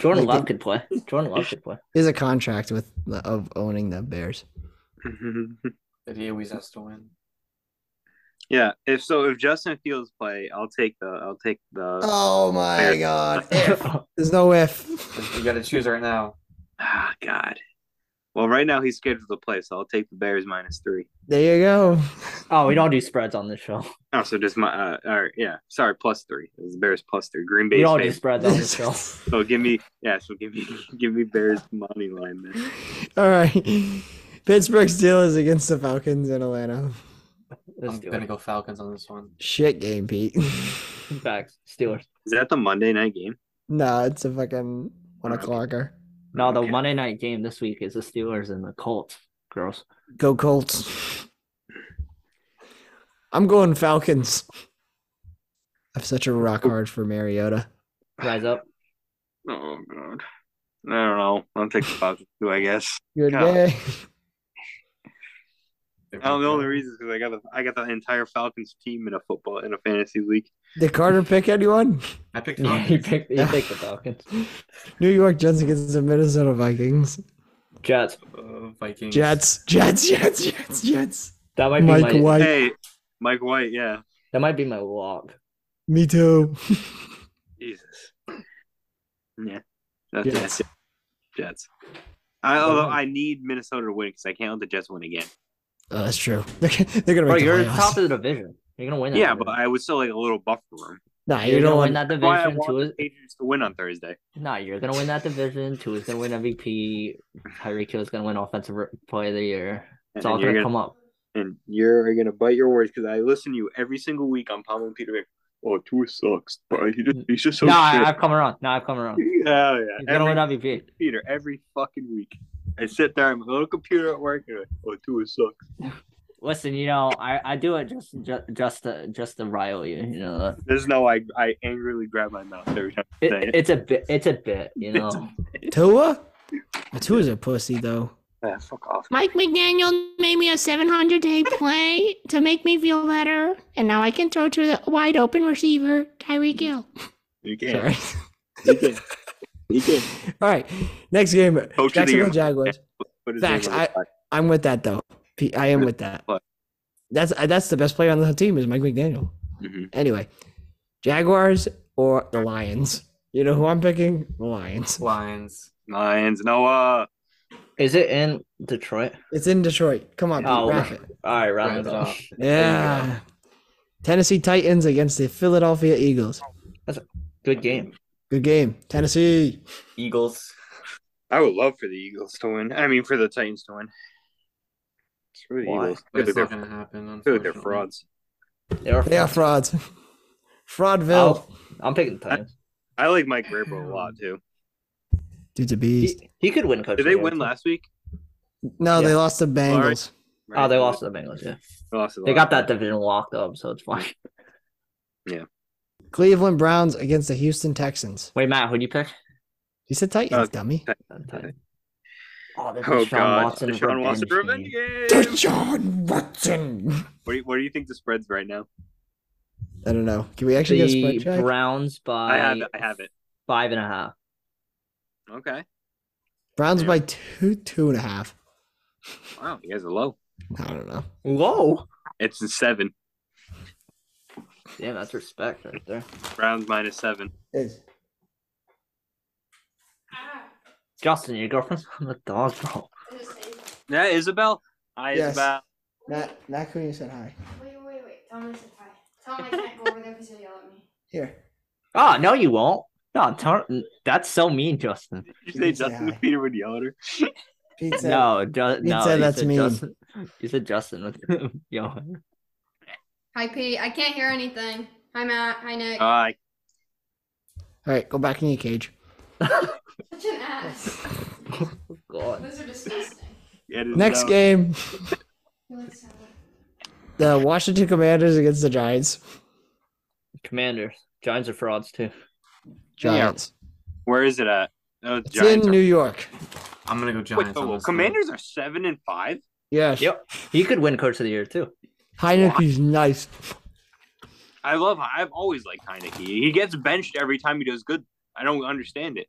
C: Jordan
B: Like,
C: Love could play. Jordan Love could play.
B: is a contract with the, of owning the Bears.
D: That he always has to win.
E: yeah. If so, if Justin Fields play, I'll take the. I'll take the.
B: Oh my
E: Bears.
B: god. If. There's no if.
D: You gotta choose right now.
E: Ah, God. Well, right now he's scheduled to play, so I'll take the Bears minus three.
B: There you go.
C: oh, we don't do spreads on this show.
E: Oh, so just my. Uh, all right, yeah. Sorry, plus three. It was Bears plus three. Green
C: We
E: Bay's
C: don't do
E: favorite.
C: spreads on this show.
E: So give me. Yeah. So give me. Give me Bears money line then.
B: All right. Pittsburgh Steelers against the Falcons in Atlanta.
C: Let's
D: I'm
C: do
D: gonna
C: it.
D: go Falcons on this one.
B: Shit game, Pete.
C: Facts. Steelers.
E: Is that the Monday night game?
B: nah, it's a fucking one
E: Okay.
B: o'clocker.
C: No, the
E: Okay.
C: Monday night game this week is the Steelers and the Colts. Gross.
B: Go Colts. I'm going Falcons. I'm such a rock hard for Mariota.
C: Rise up.
E: Oh God. I don't know. I'll take the Falcons too. I guess.
B: Good
E: Yeah.
B: day.
E: Oh, the only reason is because I got the I got the entire Falcons team in a football in a fantasy league.
B: Did Carter pick anyone?
D: I picked
C: Yeah, he
D: Falcons.
C: picked, he picked the Falcons.
B: New York Jets against the Minnesota Vikings.
C: Jets.
D: Uh, Vikings.
B: Jets, Jets, Jets, Jets, Jets.
C: That Mm. might be
B: Mike
C: my
B: White.
E: hey, Mike White, yeah,
C: that might be my walk.
B: Me too.
E: Jesus, yeah, that's
B: Jets.
E: Jets. Jets. I, although I need Minnesota to win because I can't let the Jets win again.
B: Oh, that's true. They're, they're gonna
E: Bro,
B: make the
E: you're
C: You're
B: playoffs.
C: top of the division. You're gonna win. That
E: yeah,
C: division.
E: but I would still like a little buffer room.
B: Nah,
C: you're
B: you don't
C: gonna win
B: want.
C: that
E: That's why I
C: division.
E: want
C: Two
E: the
C: is
E: Patriots to win on Thursday.
C: nah, you're gonna win that division. Two is gonna win MVP. Tyreek Hill is gonna win offensive play of the year. It's
E: And
C: all
E: you're
C: gonna
E: gonna-
C: come up.
E: and you're gonna bite your words because I listen to you every single week on Palm and Peter. Vick. Oh, Tua sucks, bro. He just, he's just so
C: no, I,
E: shit.
C: I've come around. No, I've come around. He's
E: yeah, yeah.
C: gonna
E: Every-
C: win MVP.
E: Peter every fucking week. I sit there on my little computer at work and I'm like, oh, Tua sucks.
C: Listen, you know, I, I do it just just just to, just to rile you. You know, that.
E: This is how I, I angrily grab my mouth every time. I say
C: it,
E: it.
C: it's a bit. It's a bit. You
E: It's
C: know,
B: Tua. Tua's a pussy though.
E: Ah, fuck off.
F: Mike McDaniel made me a 700 day play to make me feel better. And now I can throw to the wide open receiver, Tyreek Hill.
E: You
B: Sorry.
E: can't. You can't. You can't.
B: All right, next game.
E: of the
B: Jacksonville
E: year.
B: Jaguars.
E: Put his
B: Facts,
E: name on the side.
B: I'm with that though. P- I am with that.
E: What?
B: That's I- that's the best player on the team is Mike McDaniel.
C: Mm-hmm.
E: Mhm.
B: Anyway, Jaguars or the Lions. You know who I'm picking? The Lions.
D: Lions.
E: Lions, Noah.
C: is it in Detroit?
B: It's in Detroit. Come on, Pete,
C: Oh,
B: wrap it.
C: All right, round
D: Round
C: it
D: it
C: off.
D: up.
B: Yeah. Tennessee Titans against the Philadelphia Eagles.
C: Good game.
B: Good game, Tennessee.
D: Eagles.
E: I would love for the Eagles to win. I mean, for the Titans to win. Screw the
C: Why?
E: Eagles. I
D: But
E: feel like
D: it's
E: they're,
D: not going to happen.
E: I feel like they're
D: unfortunately.
E: frauds.
C: They are.
B: They are frauds. Fraudville.
C: I'm picking the Titans.
E: I like Mike Vrabel a lot too.
B: Dude's a beast.
C: He, he could win. Coach.
E: Did
C: of the
E: they
C: Year,
E: win
C: too.
E: last week?
B: No, they
C: Yeah.
B: lost to Bengals.
E: Right.
C: Oh, they lost to the Bengals. Yeah,
E: They, lost to the
C: they got that
E: last-
C: division locked up, so it's fine.
B: Cleveland Browns against the Houston Texans.
C: Wait, Matt, who'd you pick?
B: You said Titans,
E: Uh,
B: dummy.
C: Oh, this
E: Oh
C: is Sean
E: God,
C: Watson.
E: Deshaun Watson
C: revenge
E: revenge
C: game.
E: game.
B: Deshaun Watson.
E: What do, you, what do you think the spread's right now?
B: I don't know. Can we actually get a spread
C: The
B: check?
C: Browns by
E: I have it. I have it.
C: five and a half.
E: Okay.
B: Browns
E: Yeah.
B: by two, two and a half.
E: Wow, you guys are low.
B: I don't know.
C: Whoa!
E: It's a seven.
C: Damn, that's respect right there.
E: Browns minus seven.
C: Justin, your girlfriend's on the dog bowl.
E: Yeah, Isabel. Hi,
B: Yes.
E: Isabel.
B: Matt, Matt Cooney said hi.
G: Wait, wait, wait. Tell him I said hi. Tell him I can't go over there because he'll yell at me.
B: Here.
C: Oh, no, you won't. No, turn- that's so mean, Justin.
E: Did
B: She
E: you say
B: didn't say
E: Justin
B: hi.
E: Peter would yell at her?
B: Pete said,
C: No, ju-
B: he
C: no,
B: said
C: you
B: that's mean.
C: Justin, you said Justin. Yo,
G: Hi, Pete. I can't hear anything. Hi, Matt. Hi, Nick.
C: Uh,
E: Hi.
B: All right, go back in your cage.
G: Such an ass.
C: God.
G: Those are disgusting.
E: It is
B: Next
E: no-
B: game,
G: He looks so-
B: the Washington Commanders against the Giants.
C: Commanders. Giants are frauds, too.
B: Giants.
E: Where is it at? Oh,
B: It's
E: Giants.
B: in
E: are-
B: New York.
D: I'm going to go
E: Wait,
D: Giants.
E: the
D: on this one.
E: Commanders are seven and five.
B: Yes.
C: Yep. He could win Coach of the Year, too.
B: Heineke's nice.
E: I love. I've always liked Heineke. He gets benched every time he does good. I don't understand it.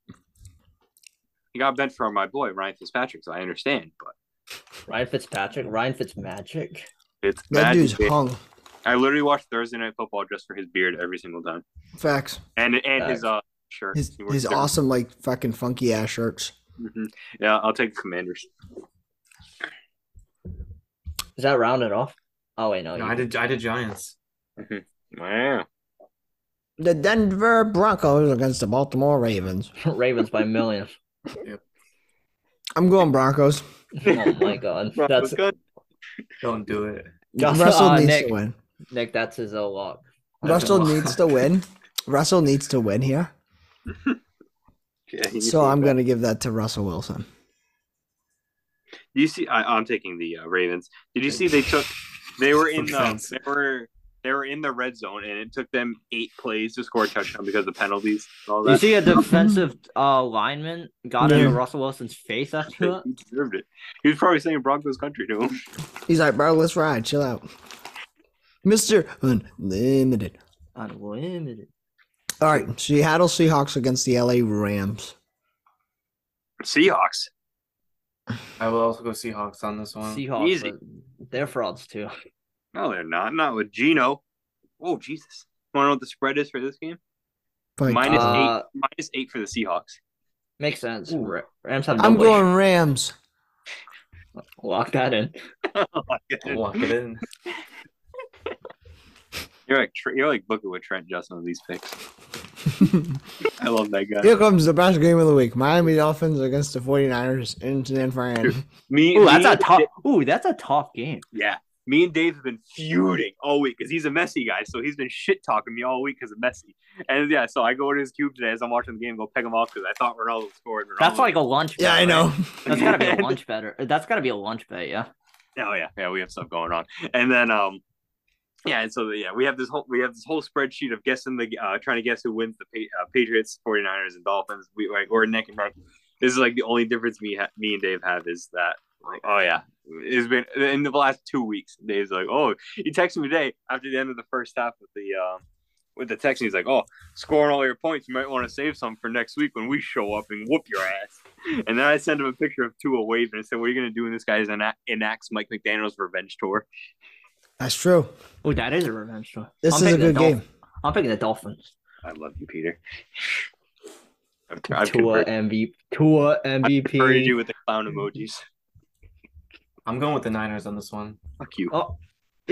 E: He got benched for my boy Ryan Fitzpatrick, so I understand. But
C: Ryan Fitzpatrick. Ryan Fitzmagic.
E: it's
B: That
E: mad.
B: dude's hung.
E: I literally watch Thursday Night Football just for his beard every single time,
B: Facts.
E: and and
C: Facts.
E: his uh shirt.
B: His,
E: He wears
B: his
E: different-
B: awesome, like, fucking funky ass shirts.
E: Mhm. Yeah, I'll take the Commanders.
C: Is that rounded off? Oh, wait, no.
D: No,
C: you-
D: I did. I did Giants.
E: Wow.
B: The Denver Broncos against the Baltimore Ravens.
C: Ravens by millions.
B: I'm going Broncos.
C: Oh, my God. That's
E: good.
D: Don't do it.
C: Just-
B: Russell
C: uh,
B: needs
C: Nick.
B: to win.
C: Nick, that's his O lock. That's
B: Russell
C: a lock.
B: needs to win. Russell needs to win here. So I'm going to give that to Russell Wilson.
E: You see, I, I'm taking the uh, Ravens. Did you see they took? They were in the.
D: Offense.
E: They were. They were in the red zone, and it took them eight plays to score a touchdown because of penalties. And all
C: You
E: that.
C: see a defensive uh, lineman got into
B: Yeah.
C: Russell Wilson's face after that?
E: He deserved it. He was probably saying Broncos country to him.
B: He's like, bro, let's ride. Chill out. Mr. Unlimited.
C: Unlimited.
B: All right. Seattle Seahawks against the LA Rams.
E: Seahawks.
D: I will also go Seahawks on this one.
C: Seahawks.
E: easy.
C: but They're frauds too.
E: No, they're not. Not with Gino. Oh Jesus! Want to know what the spread is for this game?
B: Like,
E: Minus
C: Uh,
E: eight. Minus eight for the Seahawks.
C: Makes sense. Ra- Rams have
B: I'm
C: nobody.
B: going Rams.
C: Lock that in.
E: Oh, my goodness.
D: Lock it in.
E: You're like Tre- you're like booking with Trent Justin on these picks.
B: Here
E: I love that guy.
B: comes the best game of the week. Miami Dolphins against the 49ers in San Fran.
E: Me.
C: Ooh, that's
E: me
C: a
E: and
C: tough. Ooh, that's a tough game.
E: Yeah. Me and Dave have been feuding all week because he's a messy guy. So he's been shit talking me all week because of messy. And yeah, so I go to his cube today as I'm watching the game, go pick him off because I thought Ronaldo scored. Ronaldo.
C: That's like a lunch.
B: Yeah,
C: bet,
B: I know.
C: right? That's gotta be a lunch better. That's gotta be a lunch bet. Yeah.
E: Oh yeah, yeah, we have stuff going on. And then um, yeah, and so yeah, we have this whole we have this whole spreadsheet of guessing the uh, trying to guess who wins the pa- uh, Patriots, 49ers, and Dolphins. We like or neck and neck. This is like the only difference me ha- me and Dave have is that like oh yeah, it's been in the last two weeks. Dave's like oh he texted me today after the end of the first half with the um with the text. He's like oh scoring all your points, you might want to save some for next week when we show up and whoop your ass. And then I sent him a picture of Tua waving and said, "What are you going to do when this guy ena- enacts Mike McDaniel's revenge tour?"
B: That's true.
C: Ooh, that is a revenge tour.
B: This
C: I'm
B: is a
C: picking the
B: good game.
C: Dolph- I'm picking the Dolphins.
E: I love you, Peter. I've, i
C: Tua MVP. Tua
E: converted you
C: MVP.
E: with the clown emojis.
D: I'm going with the Niners on this one.
E: Fuck you.
C: Oh.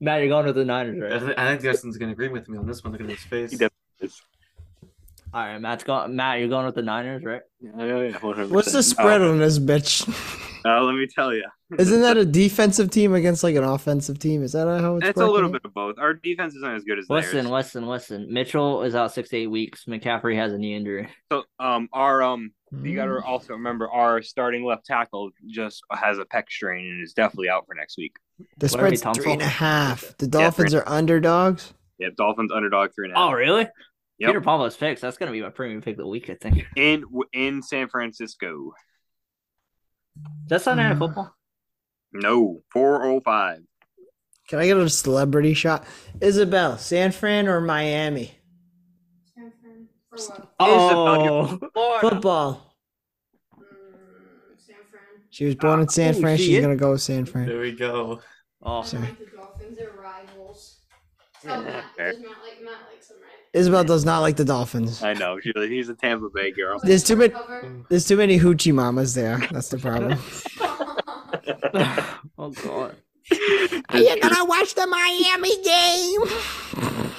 C: Matt, you're going with the Niners,
D: I
C: right?
D: thi- I think Justin's going to agree with me on this one. Look at his face.
E: He Packers.
C: All right, Matt's going. Matt, you're going with the Niners, right?
B: What's the spread on this bitch?
E: Uh, let me tell you,
B: Isn't that a defensive team against like an offensive team? Is that how it's?
E: it's a little
B: broken
E: bit of both. Our defense isn't as good as
C: Listen,
E: theirs.
C: listen, listen. Mitchell is out six to eight weeks. McCaffrey has a knee injury.
E: So, um, our um,
B: down?
E: you got to also remember our starting left tackle just has a pec strain and is definitely out for next week.
B: The
C: Larry
B: spread's three and a
C: Tunsil?
B: half. The
E: three
B: Dolphins are underdogs.
E: Yep, Dolphins underdog three and a half.
C: Oh, really?
E: Yep.
C: Peter Pablo's picks. That's gonna be my premium pick of the week, I think.
E: in in San Francisco.
C: That's Sunday Night
B: Mm.
C: Football.
E: No, four oh five.
B: Can I get a celebrity shot? Isabel, San Fran or Miami?
G: For what?
C: Oh,
B: Football.
G: Mm, San Fran.
B: She was born in San
C: Oh,
B: Fran.
C: she
B: She's
C: is-
B: gonna go with San Fran.
D: There we go.
C: oh,
G: I don't
B: Sorry.
G: like the Dolphins. They're rivals. Tell Matt. Does Matt like Matt likes them, right?
B: Isabel does not like the Dolphins.
E: I know. She's he's a Tampa Bay girl.
B: There's too many-
G: Cover.
B: There's too many hoochie mamas there. That's the problem.
C: oh god.
F: Are you gonna watch the Miami game?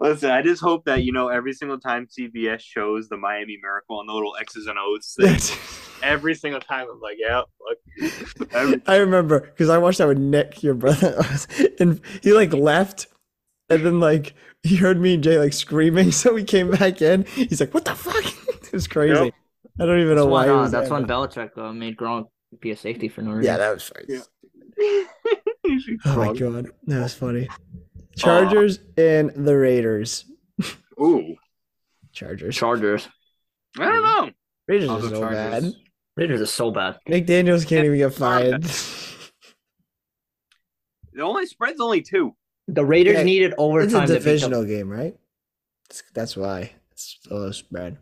E: Listen, I just hope that you know every single time CBS shows the Miami Miracle on the little X's and O's thing, every single time I'm like, yeah, look. Every-
B: I remember because I watched that with Nick, your brother, and he like left, and then like he heard me and Jay like screaming, so he came back in. He's like, "What the fuck?" It was crazy.
E: Yep.
B: I don't even know
C: That's
B: why.
C: when,
B: he
C: uh,
B: was
C: that's
B: there,
C: when
B: but-
C: Belichick uh, made Gronk be a safety for no reason.
B: Yeah, that was funny.
E: Yeah.
B: Oh my god, that was funny. Chargers and the Raiders.
E: Ooh,
B: Chargers.
C: Chargers.
E: I
B: Mm.
E: don't know.
B: Raiders
D: I'll
B: are
D: go
B: so
D: Chargers.
B: bad.
C: Raiders are so bad.
B: McDaniel's can't even get fired.
E: The only spread's only two.
C: The Raiders
B: Yeah,
C: needed
B: it's a
C: overtime. to beat the-
B: divisional game, right? It's- That's why it's a little spread.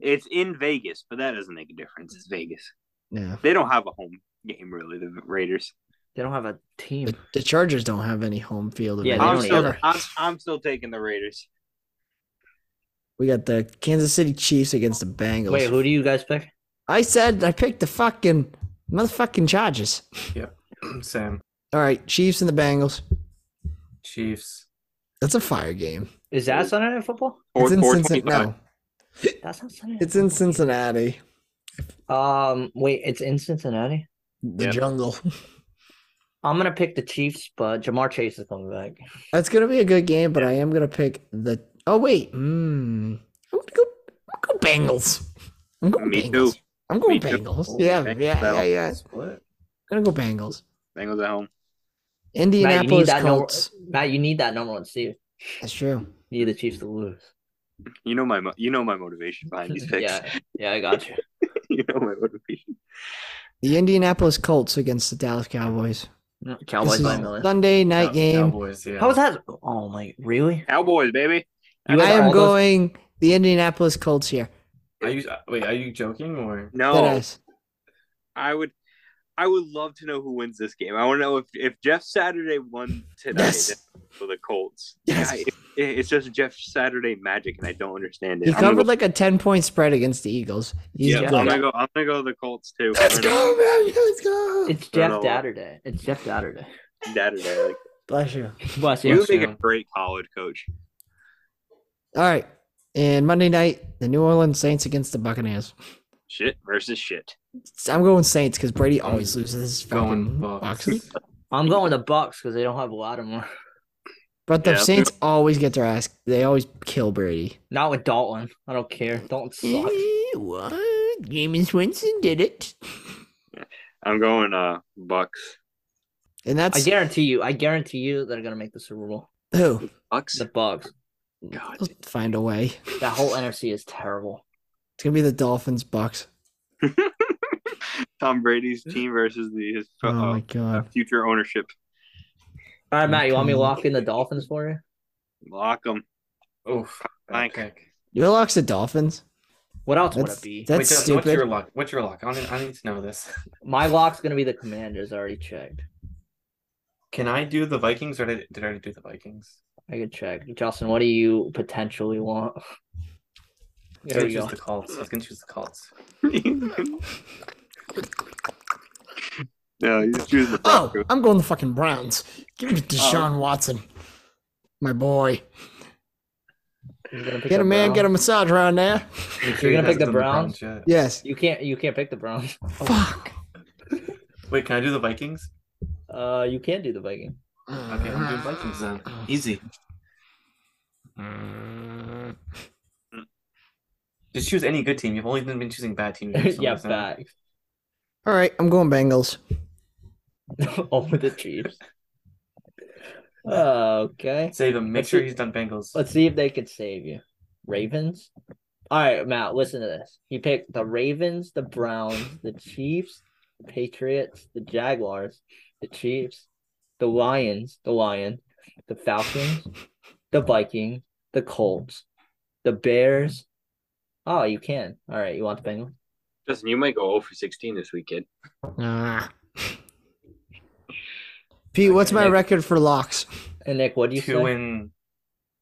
E: It's in Vegas, but that doesn't make a difference. It's Vegas.
B: Yeah.
E: They don't have a home game really. The Raiders.
C: They don't have a team.
B: The, the Chargers don't have any home field
C: Yeah, they
E: I'm
C: don't
B: advantage
E: still,
B: ever.
E: I'm, I'm still taking the Raiders.
B: We got the Kansas City Chiefs against the Bengals.
C: Wait, who do you guys pick?
B: I said I picked the fucking motherfucking Chargers.
D: Sam,
B: All right, Chiefs and the Bengals.
D: Chiefs.
B: That's a fire game.
C: Is that Sunday Night Football?
B: It's in
E: Four-
B: Cincinnati.
E: 425.
B: No,
C: That's not Sunday. Night
B: it's in Cincinnati.
C: Um, wait, it's in Cincinnati.
B: The
E: Yeah.
B: jungle.
C: I'm gonna pick the Chiefs, but Jamar Chase is coming back.
B: That's gonna be a good game, but I am gonna pick the. Oh wait, mm. I'm gonna go. I'm gonna go Bengals. I'm going
E: Me
B: Bengals.
E: too.
B: I'm going
E: Me too.
B: Bengals. Yeah, yeah,
E: Bengals
B: yeah,
E: battle.
B: yeah.
D: Split.
B: I'm gonna go Bengals.
E: Bengals at home.
C: Matt, you need
B: Indianapolis
C: that number.
B: Colts.
C: Matt, you need that number one seed.
B: That's true.
C: You need the Chiefs to lose.
E: You know my mo- you know my motivation behind these picks.
C: Yeah, yeah, I got you.
E: you know my motivation.
B: The Indianapolis Colts against the Dallas Cowboys.
C: No,
B: This
C: Cowboys
B: is
C: by a million.
B: Sunday night
D: Cow-
B: game.
D: Cowboys, yeah.
C: How was that? Oh my, really?
E: Cowboys, baby.
D: You
B: I
D: had all
B: am
D: those-
B: going the Indianapolis Colts here.
D: Are you wait? Are you joking or?
E: No,
B: Deadass.
E: I would. I would love to know who wins this game. I want to know if, if Jeff Saturday won tonight
B: Yes.
E: for the Colts.
B: Yes.
E: I- it- it's just Jeff Saturday magic, and I don't understand it.
B: He
E: I'm gonna
B: covered
E: go-
B: like a ten point spread against the Eagles. He's
E: yeah,
B: good.
E: I'm gonna go. I'm gonna go with the Colts too.
B: Let's
E: I'm gonna
B: go, man. Let's go.
C: It's
E: I don't
C: Jeff
E: know.
C: Datterday. It's Jeff Datterday.
E: go Saturday. Like,
B: Bless you.
C: Bless
E: you
C: you.
E: would make a
D: Yeah.
E: great college coach.
B: All right. And Monday night, the New Orleans Saints against the Buccaneers.
E: Shit versus shit.
B: I'm going Saints because Brady always loses. Fucking
D: Going Bucks.
B: boxes.
C: I'm going with the Bucks because they don't have Lattimore.
B: But the
E: Yeah.
B: Saints always get their ass. They always kill Brady.
C: Not with Dalton. I don't care. Dalton sucks.
B: Eh, What? Jameis Winston did it.
E: I'm going uh Bucks.
B: And
C: I
B: that's
C: guarantee you. I guarantee you they're gonna make the Super Bowl.
B: who?
E: Bucks.
C: The Bucks.
E: God.
B: They'll find a way. It's
C: That whole NFC is terrible.
B: gonna be the Dolphins Bucks.
E: Tom Brady's team versus the his
B: Oh
E: uh,
B: my god.
E: future ownership.
C: All right, Matt, you want me to
B: Okay.
C: lock in the Dolphins for you?
E: Lock them.
D: Oof. bad
E: Thank-
D: pick.
B: You locked the Dolphins.
C: What else would
B: That's
C: it be?
B: that's
D: Wait, Justin,
B: stupid.
D: what's your lock? What's your lock? I need, I need to know this.
C: My lock's gonna be the Commanders. I already checked.
D: Can I do the Vikings or did, did I already do the Vikings?
C: I could check. Justin, what do you potentially want?
D: Yeah,
C: There
D: I
C: you
D: choose
C: go.
D: the Colts. I was gonna choose the Colts.
E: no, you just choose the
B: Oh,
E: Broncos.
D: Oh.
B: I'm going the fucking Browns. Give me Deshaun Watson. my boy.
C: You're gonna pick
B: Get
C: the
B: a man,
C: Browns.
B: get a massage around there.
D: Make
C: You're
D: he
C: gonna pick
D: has it
C: the
D: on
C: Browns?
D: yet.
B: Yes.
C: You can't. You can't pick the Browns.
B: Fuck.
D: Wait, can I do the Vikings?
C: Uh, you can do the Viking.
D: Okay, I'm doing Vikings then. Easy.
C: Mm.
D: Just choose any good team. You've only been been choosing bad teams. for some
C: yeah,
D: reason.
C: back.
B: All right, I'm going Bengals.
C: Over the Chiefs. okay.
D: Save him. Make
C: Let's
D: sure
C: see-
D: he's done Bengals.
C: Let's see if they can save you. Ravens. All right, Matt. Listen to this. He picked the Ravens, the Browns, the Chiefs, the Patriots, the Jaguars, the Chiefs, the Lions, the Lion, the Falcons, the Vikings, the Colts, the Bears. Oh, you can. All right, you want the Bengals?
E: Justin, you might go 0 for 16 this week, kid.
B: Ah. Pete, what's my
D: Okay.
B: record for locks?
C: And Nick, what do you
D: two
C: say?
D: and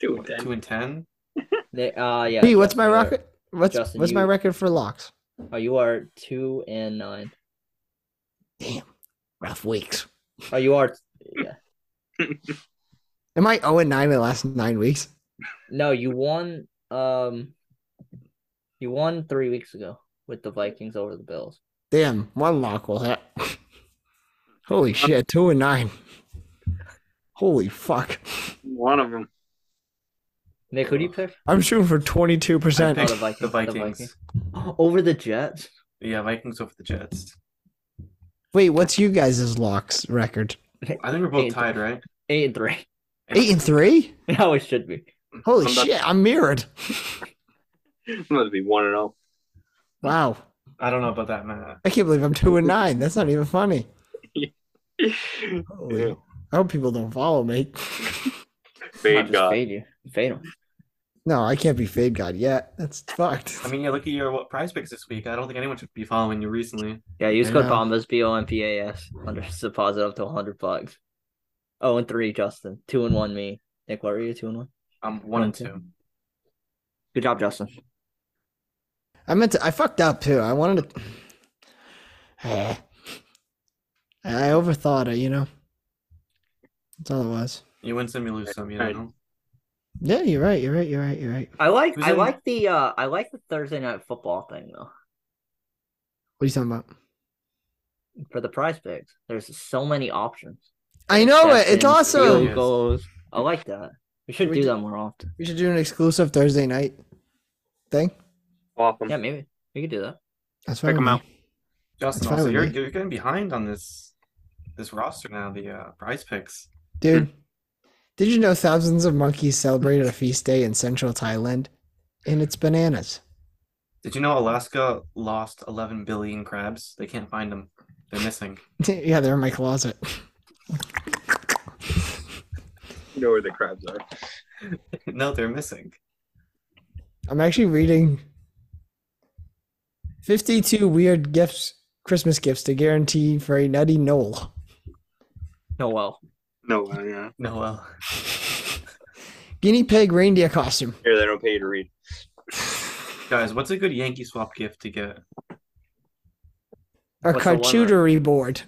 E: Dude, then.
D: two and ten.
C: Nick, uh, yeah.
B: Pete, what's my
C: Justin,
B: record? What's
C: Justin,
B: what's my
C: you-
B: record for locks?
C: Oh, you are two and nine.
B: Rough weeks.
C: Oh, you are. Yeah.
B: Am I 0 and 9 in the last nine weeks?
C: No, you won. Um, you won three weeks ago with the Vikings over the Bills.
B: Damn, one lock will hit. Holy shit, 2 and 9. Holy fuck.
E: One of them.
C: Nick, who do you pick?
B: I'm shooting for
D: I
B: 22%.
D: picked
C: Oh, the Vikings,
D: the
C: the
D: Vikings.
C: Vikings. Over the Jets.
D: Yeah, Vikings over the Jets.
B: Wait, what's you guys' locks record?
D: I think we're
C: Eight.
D: both tied, right?
C: Eight and three.
B: Eight and three?
C: How it should be.
B: Holy
E: I'm not-
B: shit, I'm mirrored.
E: Must be one and oh. zero.
B: Wow.
D: I don't know about that, Matt.
B: I can't believe I'm two and nine. That's not even funny. Holy-
E: Ew.
B: I hope people don't follow me.
C: I'll
E: Fade
C: just
E: God.
C: Fade you. Fade 'em.
B: No, I can't be fade god yet. That's fucked.
D: I mean, yeah. Look at your what prize picks this week. I don't think anyone should be following you recently.
C: Yeah, use
B: I
C: code
B: know.
C: Bombas B O M P A S under deposit up to hundred bucks. Oh and three, Justin. Two and one, me. Nick, what were you? Two and one.
D: I'm one and
C: Okay.
D: two.
C: Good job, Justin.
B: I meant to. I fucked up too. I wanted to. Eh. I overthought it. You know. That's all it was.
D: You win some, you lose some. You
E: Alright.
D: know.
B: Yeah, you're right. You're right. You're right. You're right.
C: I like
D: Who's
C: I
D: in-
C: like the uh I like the Thursday night football thing though.
B: What are you talking about?
C: For the prize picks. There's so many options.
B: I know it. It's
C: Sessions,
B: awesome.
C: field goals. I like that. We should
B: We
C: do
B: do-
C: that more often.
B: We should do an exclusive Thursday night thing.
E: Off 'em.
C: Yeah, maybe we could do that.
B: That's
E: Check
B: fine
E: 'em
B: with
E: out.
B: me.
D: Justin,
B: That's fine
D: also,
B: with
D: you're
B: me.
D: you're getting behind on this this roster now. The uh, prize picks.
B: dude. Did you know thousands of monkeys celebrated a feast day in central Thailand? And it's bananas.
D: Did you know Alaska lost 11 billion crabs? They can't find them. They're missing.
B: yeah, they're in my closet.
E: You know where the crabs are.
D: no, they're missing.
B: I'm actually reading 52 weird gifts, Christmas gifts to guarantee for a nutty Noel.
C: No, Oh, well,
E: No, yeah.
D: No, well,
B: Guinea pig reindeer costume.
E: Here they don't pay you to read.
D: guys, what's a good Yankee swap gift to get?
B: A
C: What's the one that-
B: charcuterie board.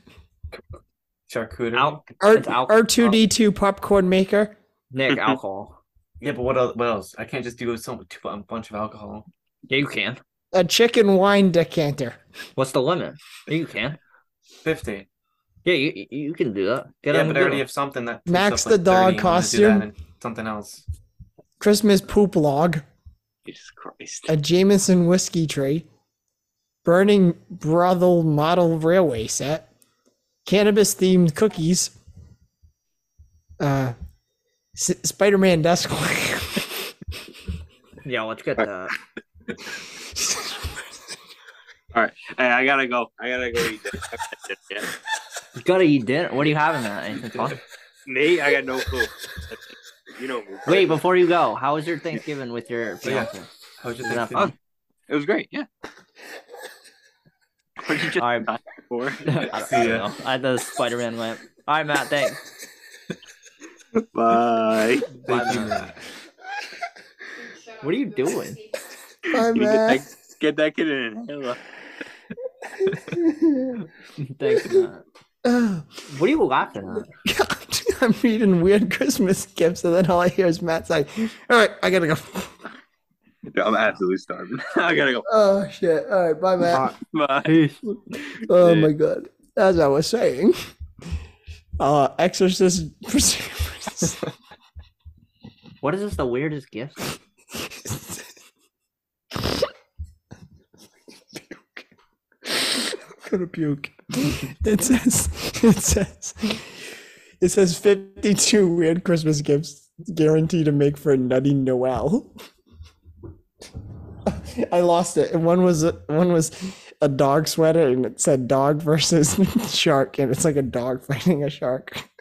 D: Charcuterie.
C: al-
B: R-
C: It's alcohol.
B: R2D2 popcorn maker.
C: Nick alcohol.
D: Yeah, but what else? What else? I can't just do some two, a bunch of alcohol.
C: Yeah, you can.
B: A chicken wine decanter.
C: What's the limit? Yeah, you can.
D: Fifty.
C: Yeah, you you- you can do that. Get
D: yeah,
C: on
D: but
C: the
D: I already
C: deal.
D: have something that takes
B: Max
D: up,
B: the dog
D: 30. I'm gonna do that
B: costume.
D: and Something else.
B: Christmas poop log.
E: Jesus Christ.
B: A Jameson whiskey tray. Burning brothel model railway set. Cannabis themed cookies. Uh, S- Spider Man desk.
C: Yeah, let's get that.
E: Hey, I gotta go. I gotta go eat dinner. Yeah.
C: You gotta eat dinner. What are you having that? Anything fun?
E: Nate, I got no clue. You know me.
C: Wait, before you go, how was your Thanksgiving with your
D: Yeah.
C: fiance?
D: How would you
C: Is that
D: think?
C: fun?
E: It was great, yeah. What did you just
C: All right,
E: for?
C: I don't
D: ya.
C: know. I had the Spider Man lamp. All right, Matt. Thanks.
E: Bye.
D: Thank you, Matt.
C: What are you doing?
B: Bye,
E: You get,
B: Matt.
E: that, get that kid in an inhaler.
C: Thanks, Matt.
B: Oh,
C: What are you laughing at?
B: God. I'm reading weird Christmas gifts, and then all I hear is Matt saying, "All right, I gotta go."
E: Dude, I'm absolutely starving. I gotta go.
B: Oh shit! All right, bye, Matt.
E: Bye.
B: Oh my god. As I was saying, uh, exorcist procedures.
C: What is this? The weirdest gift?
B: I'm gonna puke. It says, it says, it says 52 weird Christmas gifts guaranteed to make for a nutty Noel. I lost it. And One was one was a dog sweater, and it said dog versus shark, and it's like a dog fighting a shark.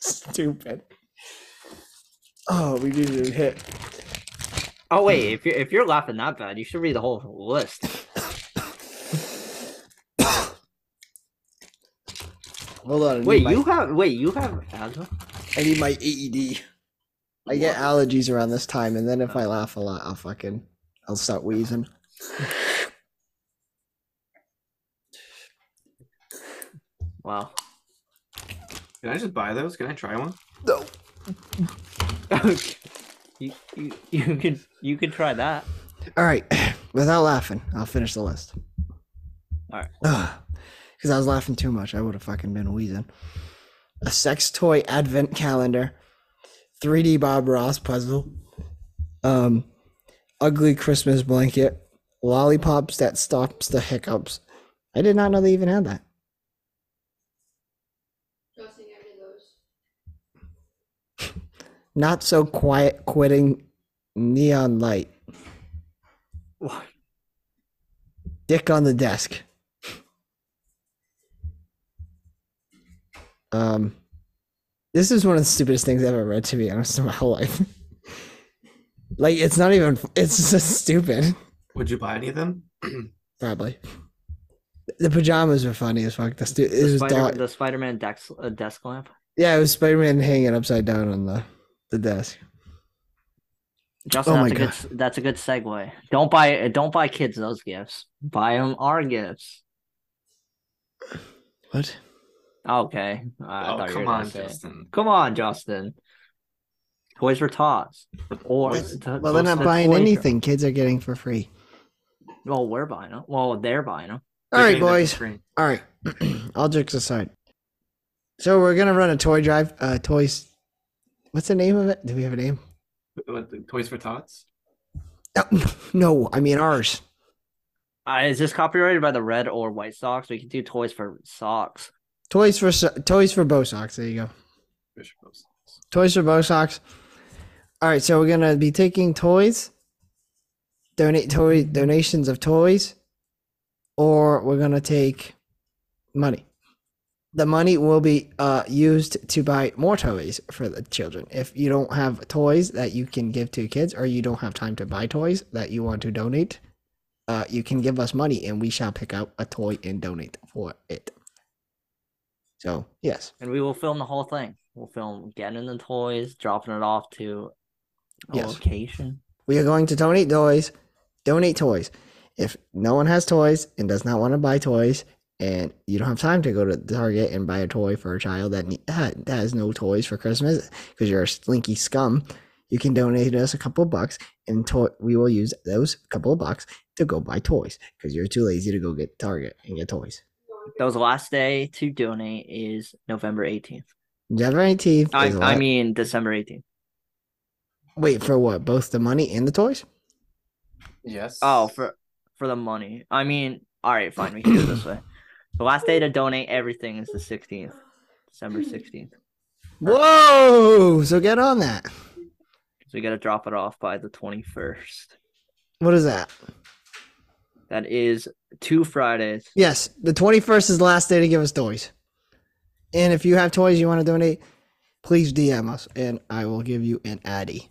B: Stupid. Oh, we needed a hit.
C: Oh
B: Hmm.
C: wait, if you're if you're laughing that bad, you should read the whole list.
B: Hold on. I need
C: Wait,
B: my-
C: you have wait, you have asthma?
B: I need my AED. I get allergies around this time, and then if I laugh a lot, I'll fucking, I'll start wheezing.
C: Wow.
D: Can I just buy those? Can I try one?
B: No.
C: you, you you can you can try that.
B: All right, without laughing, I'll finish the list.
C: All right.
B: Because I was laughing too much, I would have fucking been wheezing. A sex toy advent calendar, 3D Bob Ross puzzle, um, ugly Christmas blanket, lollipops that stops the hiccups. I did not know they even had that.
G: Justin, you have any of those?
B: Not so quiet quitting neon light.
C: What?
B: Dick on the desk. Um, this is one of the stupidest things I've ever read, to be honest, in my whole life. like, it's not even, it's just stupid,
D: Would you buy any of them?
B: probably. The pajamas were funny as fuck. The stu- it
C: The,
B: was
C: Spider,
B: dog-
C: the Spider-Man desk, uh, desk lamp.
B: yeah, it was Spider Man hanging upside down on the, the desk.
C: Justin,
B: Oh
C: that's
B: my
C: a good s- that's a good segue. Don't buy don't buy kids those gifts. Buy them our gifts.
B: What?
C: Okay. Uh, I thought
D: oh,
C: you were
D: come
C: gonna
D: on,
C: say it.
D: Justin.
C: Come on, Justin. Toys for tots. Or
B: That's-
C: to-
B: Well, they're
C: those
B: not
C: to
B: buying
C: toy shop.
B: anything. Kids are getting for free.
C: Well, we're buying them. Well, they're buying them.
B: All
D: They're
B: right,
D: getting them for
B: boys.
D: free.
B: All right, all jokes aside. So we're gonna run a toy drive. Uh, toys. What's the name of it? Do we have a name?
D: What, the Toys for Tots?
B: No, no I mean ours.
C: Uh, is this copyrighted by the Red or White Sox? We can do toys for socks.
B: Toys for So- toys for bow socks. There you go.
D: Fish Post.
B: Toys for bow socks. All right, so we're gonna be taking toys, donate toy donations of toys, or we're gonna take money. The money will be uh, used to buy more toys for the children. If you don't have toys that you can give to kids, or you don't have time to buy toys that you want to donate, uh, you can give us money, and we shall pick out a toy and donate for it. So yes,
C: And we will film the whole thing. We'll film getting the toys, dropping it off to a
B: Yes.
C: location.
B: We are going to donate toys. Donate toys. If no one has toys and does not want to buy toys, and you don't have time to go to Target and buy a toy for a child that need, ha- that has no toys for Christmas because you're a slinky scum, you can donate us a couple bucks, and to- we will use those couple of bucks to go buy toys because you're too lazy to go get Target and get toys.
C: Those last day to donate is November 18th.
B: November eighteenth.
C: I,
B: is the
C: I
B: la-
C: mean, December 18th.
B: wait for what? Both the money and the toys?
D: Yes.
C: Oh, for for the money. I mean, all right, fine. We can do it this way. The last day to donate everything is the 16th, December 16th.
B: Whoa! So get on that.
C: So we got to drop it off by the 21st.
B: What is that?
C: That is two Fridays.
B: Yes, the 21st is the last day to give us toys. And if you have toys you want to donate, please DM us and I will give you an Addy.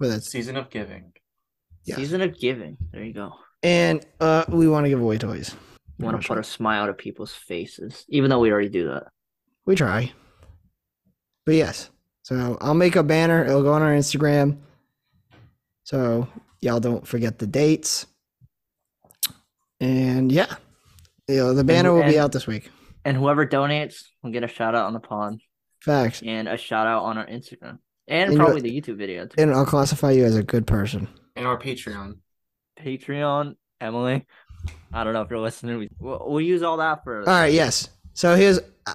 B: Well, that's
D: season of giving.
B: yes.
C: Season of giving. There you go.
B: And uh, we want to give away toys.
C: We want to
B: Sure.
C: put a smile to people's faces, even though we already do that.
B: We try. But yes. So I'll make a banner. It'll go on our Instagram. So y'all don't forget the dates. And yeah. You know, the banner will be
C: and-
B: out this week.
C: And whoever donates will get a shout out on the pod.
B: Facts.
C: and a shout out on our Instagram and
B: And you-
C: probably the YouTube video too.
B: And I'll classify you as a good person.
D: and our Patreon.
C: Patreon, Emily. I don't know if you're listening. We, we'll, we'll use all that for.
B: All right, yes. So here's uh,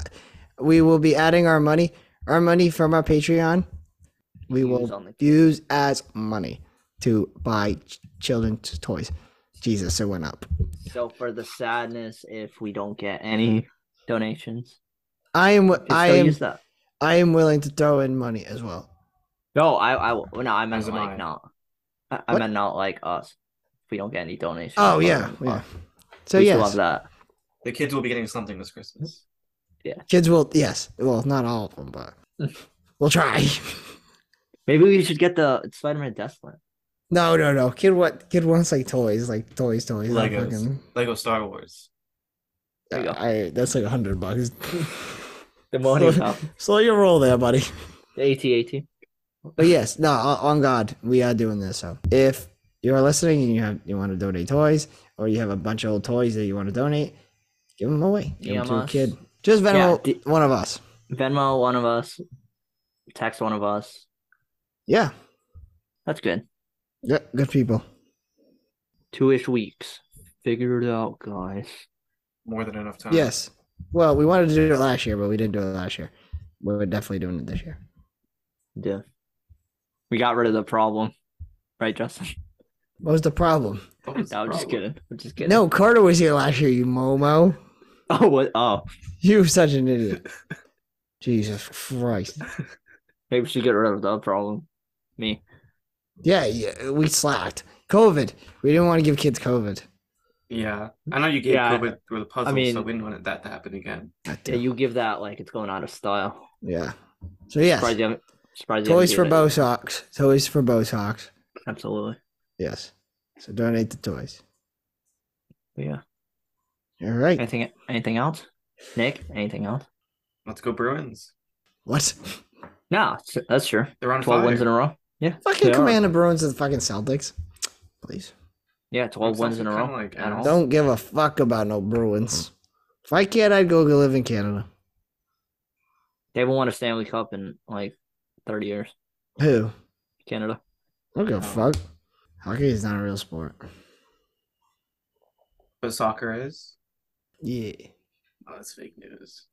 B: we will be adding our money, our money from our Patreon. We
C: Use
B: will
C: on the-
B: use as money to buy ch- children's toys. Jesus, it went up.
C: So for the sadness, if we don't get any donations,
B: I am
C: we
B: wi-
C: can
B: Mm-hmm. I
C: still
B: am
C: use that.
B: I am willing to throw in money as well.
C: No, I, I, well, no, I meant
D: As am
C: like
D: I.
C: not. I, I
B: What?
C: meant not like us. If we don't get any donations.
B: Oh
C: but,
B: yeah,
C: um,
B: yeah.
C: us.
B: So
C: we still have
B: yes,
C: that.
D: The kids will be getting something this Christmas.
B: kids will yes. Well, not all of them, but we'll try.
C: Maybe we should get the Spider-Man Death Slant.
B: no, no, no. Kid what? Kid wants like toys, like toys, toys. not
D: Legos.
B: fucking-
D: Lego Star Wars.
C: There you go.
B: I, that's like a hundred bucks.
C: The morning
B: Slow- Slow your roll there, buddy.
C: The AT-AT.
B: But yes, no, on on God, we are doing this. So if you are listening and you have you want to donate toys, or you have a bunch of old toys that you want to donate, give them away. Give them
C: DM
B: to a
C: us.
B: kid. Just Venmo
C: Yeah, d-
B: one of us.
C: Venmo, one of us. Text one of us.
B: Yeah,
C: That's good.
B: yeah, good people.
C: Two-ish weeks. Figure it out, guys.
D: More than enough time.
B: Yes. Well, we wanted to do it last year, but we didn't do it last year. We're definitely doing it this year.
C: Yeah. We got rid of the problem. Right, Justin?
B: What was the problem?
D: That
C: No,
D: was the
C: I'm just
D: problem.
C: kidding. I'm just kidding.
B: No, Carter was here last year. You momo.
C: Oh, what? Oh,
B: You such an idiot. Jesus Christ.
C: maybe we should get rid of the problem. Me.
B: Yeah, yeah, we slacked. COVID. We didn't want to give kids COVID.
D: Yeah, I know you gave
C: Yeah,
D: COVID through the puzzle,
C: mean-
D: so we didn't want it- that to happen again.
B: God
C: Yeah,
B: damn.
C: you give that like it's going out of style.
B: Yeah. So yes,
C: Surprised you haven't. Surprised you
B: toys for
C: haven't given
B: both socks. Toys for both socks.
C: it. Absolutely.
B: Yes. So donate the toys.
C: Yeah.
B: All right.
C: Anything? Anything else? Nick? Anything else?
D: Let's go Bruins.
B: What?
C: No, s- that's true.
D: They're on
C: Twelve
D: fire.
C: wins in a row. Yeah.
B: Fucking
C: they are.
B: Commander Bruins and the fucking Celtics. Please.
C: Yeah, twelve
D: Sounds
C: wins in a
D: kinda
C: row.
D: like
C: at
D: Aaron.
C: home.
B: Don't give a fuck about no Bruins. If I can't, I'd go live in Canada.
C: They haven't won a Stanley Cup in like thirty years.
B: Who?
C: Canada.
B: I don't give a fuck. Hockey is not a real sport.
D: But soccer is.
B: Yeah.
D: Oh, that's fake news.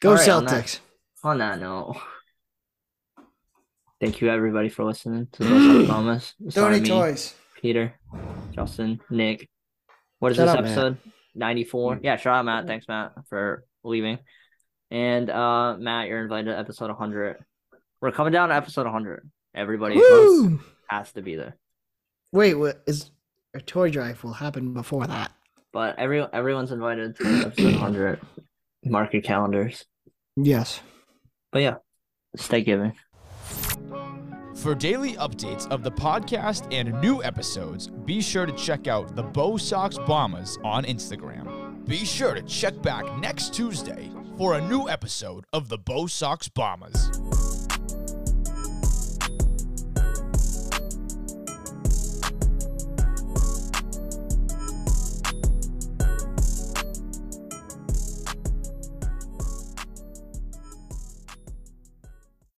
B: Go
C: All right, on that-
B: Celtics.
D: Oh,
C: On that note, thank you everybody for listening to this. I promise. Sorry,
B: Donate
C: me,
B: toys.
C: Peter, Justin, Nick. What is
B: Shout
C: this
B: out, Matt.
C: episode? Ninety four. Yeah, shout out Matt. Thanks, Matt, for leaving. And uh Matt, you're invited to episode one hundred. We're coming down to episode one hundred. Everybody
B: Woo!
C: has to be there.
B: Wait, what is a toy drive will happen before that?
C: But every everyone's invited to episode 100. Mark your calendars.
B: Yes.
C: But yeah, stay giving.
H: For daily updates of the podcast and new episodes, be sure to check out the Bow Sox Bombers on Instagram. Be sure to check back next Tuesday for a new episode of the Bow Sox Bombers.